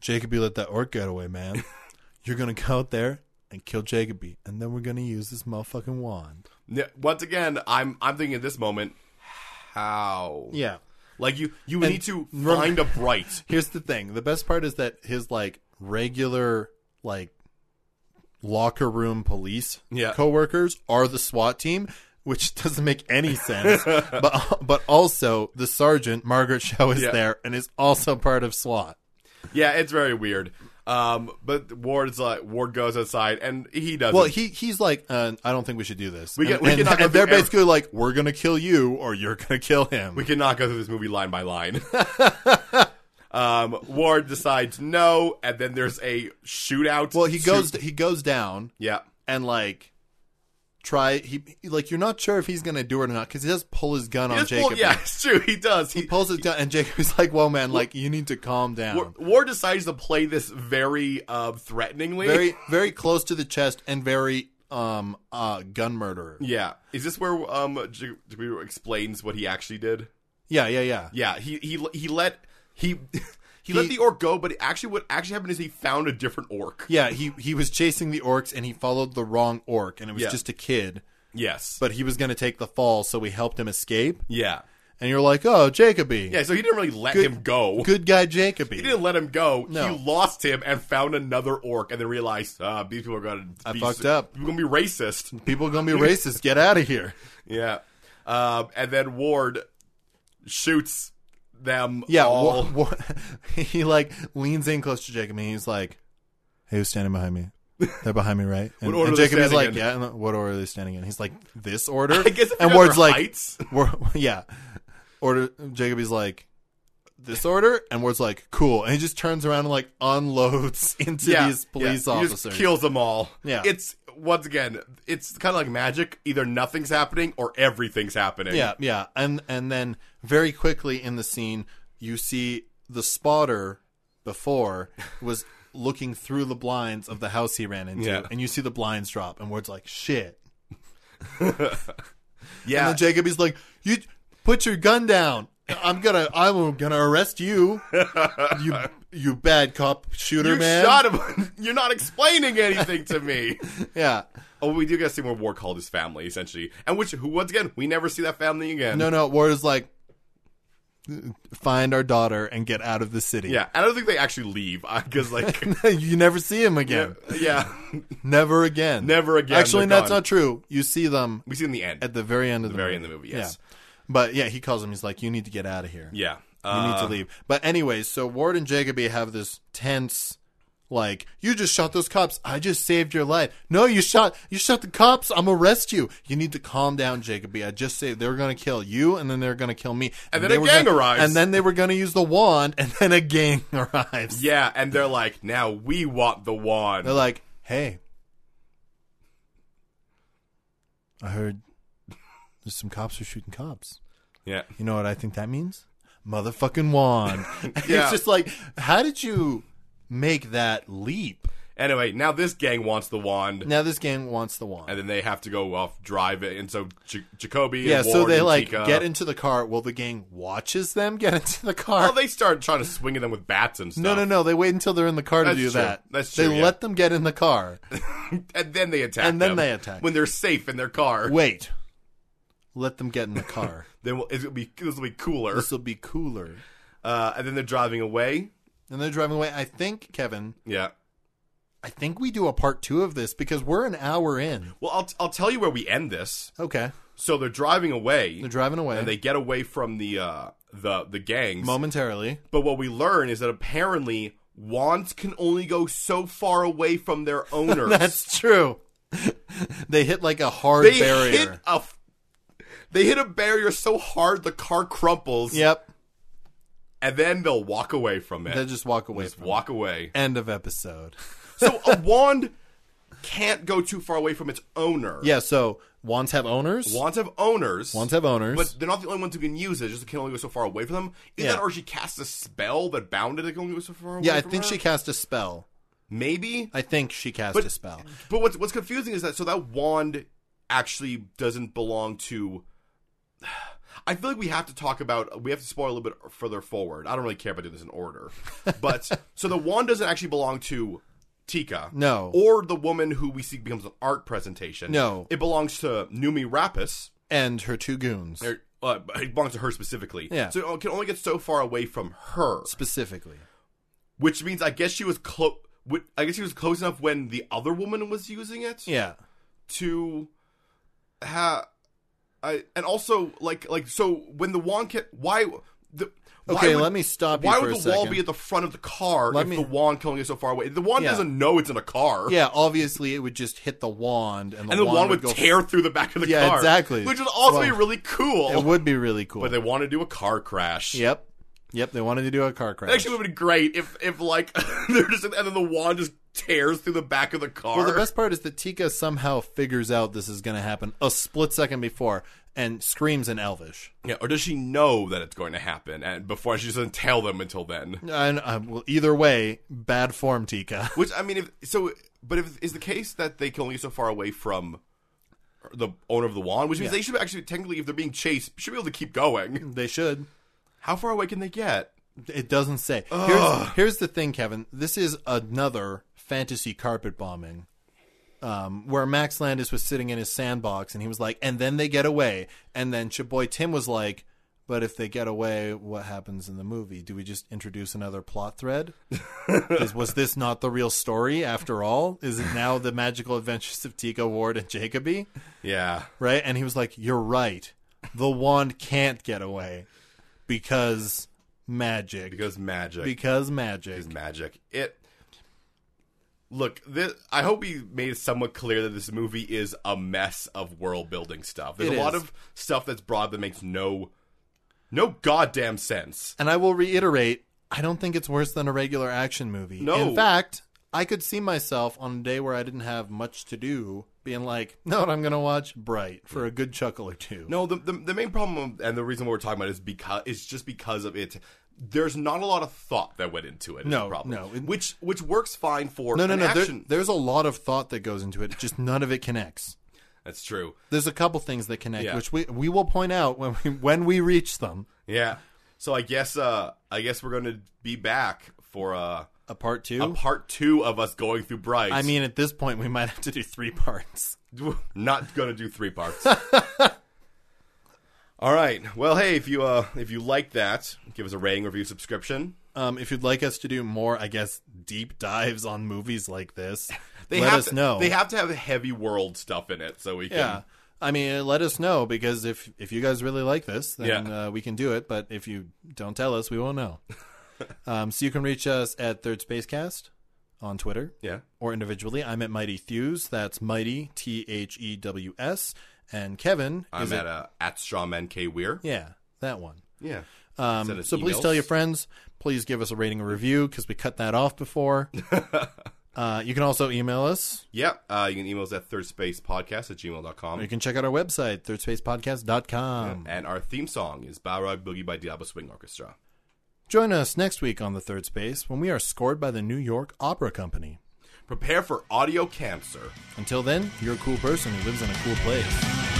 A: Jacoby let that orc get away,
B: *laughs*
A: man. You're going to go out there and kill Jacoby, and then we're going to use this motherfucking wand.
B: n- once again I'm I'm thinking at this moment how
A: Yeah.
B: Like you, you
A: And
B: need to
A: rem-
B: find a bright.
A: Here's the thing the best part is that his, like, regular, like, locker room police
B: Yeah.
A: coworkers are the SWAT team. Which *laughs* doesn't make any
B: *laughs*
A: sense, but but also the sergeant Margaret Show is
B: Yeah.
A: there and is also part of SWAT.
B: Yeah, it's very weird. Um, but Ward's like Ward goes outside and he doesn't.
A: Well, he he's like, uh, I don't think we should do this.
B: We
A: We
B: get-
A: and,
B: we
A: and-
B: cannot go
A: and they're
B: through every-
A: basically like, we're gonna kill you or you're gonna kill him.
B: we cannot go through this movie line by line. *laughs* um, Ward decides no, and then there's a shootout.
A: well, he
B: Shoot-
A: goes he goes down
B: yeah,
A: and like try he like you're not sure if he's gonna do it or not because he does pull his gun on
B: It's bull-
A: Jacob.
B: yeah, it's *laughs* true. He does. He,
A: He pulls his gun and Jacob's like, "Well, man, like you need to calm down."
B: Ward, Ward decides to play this very uh, threateningly.
A: very very close to the chest and very um uh gun murderer.
B: yeah. Is this where um J- J- explains what he actually did?
A: Yeah, yeah, yeah.
B: Yeah, he he he let he *laughs* he, let the orc go, but actually, what actually happened is he found a different orc.
A: Yeah, he he was chasing the orcs and he followed the wrong orc and it was
B: Yeah.
A: just a kid.
B: Yes,
A: but he was going to take the fall, so we helped him escape.
B: yeah,
A: And you're like, oh, Jacoby.
B: yeah. So he didn't really let him go.
A: Good guy,
B: *laughs* He
A: Jacoby.
B: didn't let him go.
A: No.
B: He lost him and found another orc, and then realized uh, these people are gonna.
A: I
B: be,
A: fucked up.
B: We're gonna be
A: *laughs*
B: racist.
A: People going to be racist. Get out of here.
B: Yeah, um, and then Ward shoots them.
A: Yeah.
B: all.
A: wha- wha- *laughs* he, like, leans in close to Jacoby, and he's like, hey, who's standing behind me? They're behind me, right? And,
B: *laughs* What order
A: and
B: are they
A: Jacoby's
B: standing
A: like,
B: in?
A: yeah. And what order are they standing in? He's like, this order?
B: *laughs* *laughs* I guess. if
A: and
B: you're
A: Ward's *laughs*
B: under
A: like,
B: heights,
A: War- yeah. Order. Jacoby's like, this order? And Ward's like, cool. And he just turns around and, like, unloads *laughs* into these police
B: yeah. He just
A: officers.
B: kills them all.
A: Yeah.
B: it's once again, it's kind of like magic. Either nothing's happening or everything's happening.
A: Yeah, yeah, and and then very quickly in the scene, you see the spotter
B: *laughs*
A: before was looking through the blinds of the house he ran into,
B: Yeah.
A: and you see the blinds drop, and Ward's like, "Shit!"
B: yeah.
A: And then Jacoby's like, "You put your gun down. I'm gonna, I'm gonna arrest you. You, you bad cop shooter
B: you
A: man.
B: shot him. *laughs* You're not explaining anything
A: *laughs*
B: to me.
A: Yeah,
B: Oh, we do get to see where War called his family essentially, and which who once again we never see that family again.
A: no, no. Ward is like, find our daughter and get out of the city.
B: Yeah, I don't think they actually leave because like.
A: *laughs* you never see him again.
B: Yeah,
A: Never again.
B: Never again.
A: Actually,
B: They're
A: that's
B: gone.
A: not true. You see them
B: we see in the end,
A: at the very end of the,
B: very
A: movie.
B: end of the movie, yes.
A: Yeah. But yeah, he calls him. He's like, "You need to get out of here."
B: yeah. Uh,
A: You need to leave. But anyways, so Ward and Jacoby have this tense like, you just shot those cops. I just saved your life. No, you shot you shot the cops. I'm arrest you. You need to calm down, Jacoby. I just saved they were gonna kill you and then they were gonna kill me.
B: And then
A: they
B: a
A: were
B: gang
A: gonna-
B: arrives.
A: And then they were gonna use the wand and then a gang *laughs* arrives.
B: Yeah, and they're like, now we want the wand.
A: They're like, Hey. I heard there's some cops who are shooting cops.
B: yeah.
A: You know what I think that means? Motherfucking
B: *laughs*
A: wand. *laughs*
B: Yeah.
A: It's just like, how did you make that leap?
B: Anyway, now this gang wants the wand,
A: Now this gang wants the wand.
B: and then they have to go off drive it. And so J- Jacoby,
A: yeah,
B: and
A: so
B: Ward
A: they
B: and
A: like
B: Tika,
A: get into the car. Well, the gang watches them get into the car.
B: Oh, they start trying to swing at them with bats and stuff.
A: no, no, no. They wait until they're in the car to
B: That's
A: do
B: true.
A: that.
B: That's
A: They
B: true, yeah.
A: let them get in the car.
B: and then they attack.
A: And then
B: them
A: they attack.
B: when they're safe in their car.
A: Wait. Let them get in the
B: *laughs*
A: car.
B: Then we'll, it'll be this will be cooler.
A: this will be cooler.
B: Uh, and then they're driving away.
A: And they're driving away. I think, Kevin,
B: Yeah.
A: I think we do a part two of this because we're an hour in.
B: Well, I'll, I'll tell you where we end this.
A: Okay.
B: So they're driving away,
A: They're driving away
B: and they *laughs* get away from the uh, the the gangs.
A: momentarily.
B: But what we learn is that apparently wands can only go so far away
A: *laughs*
B: from their owners.
A: That's true. *laughs* they hit like a hard
B: they
A: barrier.
B: hit a f- they hit a barrier so hard the car crumples,
A: Yep.
B: and then they'll walk away from it.
A: They just walk away.
B: Just
A: from
B: walk away.
A: it. End of episode.
B: so a wand can't go too far away from its
A: *laughs*
B: owner.
A: yeah. So wands have owners.
B: Wands have owners.
A: Wands have owners.
B: But they're not the only ones who can use it. It's Just it can only go so far away from them. Either
A: Yeah.
B: that, or she casts a spell that bound it. It can only go so far away.
A: yeah, I
B: from
A: think
B: her.
A: she cast a spell.
B: maybe.
A: I think she cast
B: But-
A: a spell.
B: But what's what's confusing is that so that wand actually doesn't belong to. *sighs* I feel like we have to talk about we have to spoil a little bit further forward. I don't really care if I do this
A: *laughs*
B: in order, but so the wand doesn't actually belong to Tika,
A: No.
B: or the woman who we see becomes an art presentation.
A: No.
B: it belongs to Numi Rapis.
A: And her two goons
B: Or, uh, it belongs to her specifically.
A: Yeah.
B: So it can only get so far away from her,
A: specifically.
B: which means I guess she was close. I guess she was close enough when the other woman was using it
A: Yeah.
B: to have. I and also like like so when the wand can why the why
A: Okay,
B: would-
A: let me stop you
B: Why
A: for
B: would
A: a
B: the wall
A: second.
B: be at the front of the car
A: Let
B: if
A: me-
B: the wand can only get so far away? The wand
A: Yeah.
B: doesn't know it's in a car.
A: Yeah. Obviously, it would just hit the wand, and the,
B: And the wand, would,
A: go.
B: tear through the back of the
A: Yeah,
B: car.
A: exactly.
B: Which would also be
A: Well,
B: really cool.
A: it would be really cool.
B: Oh. but they want to do a car crash.
A: yep. Yep. They wanted to do a car crash.
B: That actually would be great if if like *laughs* they're just and then the wand just tears through the back of the car.
A: Well, the best part is that Tika somehow figures out this is going to happen a split second before and screams in Elvish.
B: yeah, or does she know that it's going to happen and before she doesn't tell them until then?
A: And uh, well, either way, bad form, Tika. *laughs*
B: Which I mean, if so, but if is the case that they can only get so far away from the owner of the wand, which means they should actually technically, if they're being chased, should be able to keep going.
A: they should.
B: How far away can they get?
A: It doesn't say. Here's, here's the thing, Kevin. This is another fantasy carpet bombing. Um, where Max Landis was sitting in his sandbox and he was like, and then they get away. And then your boy Tim was like, but if they get away, what happens in the movie? Do we just introduce another plot thread? Is, was this not the real story after all? Is it now the magical adventures of Tika Ward and Jacoby?
B: Yeah,
A: right? And he was like, "You're right. The wand can't get away because magic.
B: because magic.
A: Because magic.
B: is magic. It look. This, I hope we made it somewhat clear that this movie is a mess of world building stuff. There's
A: It
B: a lot
A: is.
B: of stuff that's broad that makes no no goddamn sense.
A: And I will reiterate, I don't think it's worse than a regular action movie.
B: No.
A: In fact, I could see myself on a day where I didn't have much to do being like, *laughs* "No, I'm going to watch Bright for a good chuckle or two.
B: No, the, the the main problem and the reason we're talking about it is because is just because of it. There's not a lot of thought that went into it. is
A: No,
B: the problem.
A: no. It-
B: which which works fine for
A: No, no,
B: an
A: no. There,
B: action.
A: there's a lot of thought that goes into it. Just none of it connects.
B: That's true.
A: There's a couple things that connect,
B: Yeah.
A: which we we will point out when we *laughs* when we reach them.
B: Yeah. So I guess uh I guess we're gonna be back for uh,
A: A part two.
B: a part two of us going through Bright.
A: I mean, at this point, we might have to do three *laughs* parts.
B: *laughs* not gonna do
A: *laughs*
B: three parts. All right. Well, hey, if you uh if you like that, give us a rating, review, subscription.
A: Um, if you'd like us to do more, I guess, deep dives on movies like this,
B: They
A: let
B: have
A: us
B: to,
A: know.
B: They have to have heavy world stuff in it, so we can.
A: yeah. I mean, let us know because if if you guys really like this, then uh, we can do it. But if you don't tell us, we won't
B: *laughs*
A: know. um, so you can reach us at Third Spacecast on Twitter
B: Yeah.
A: or individually. I'm at Mighty Thews. That's Mighty T H E W S. And Kevin
B: I'm
A: is
B: at uh, at Strawman K Weir.
A: yeah that one.
B: Yeah. Send
A: Um,
B: us
A: so please
B: emails.
A: tell your friends. Please give us a rating and review because we cut that off
B: *laughs*
A: before. uh, you can also email us.
B: Yeah. Uh, you can email us at thirdspacepodcast at gmail.com.
A: You can check out our website, thirdspacepodcast.com.
B: And our theme song is Balrog Boogie by Diablo Swing Orchestra.
A: Join us next week on The Third Space when we are scored by the New York Opera Company.
B: Prepare for audio cancer.
A: Until then, you're a cool person who lives in a cool place.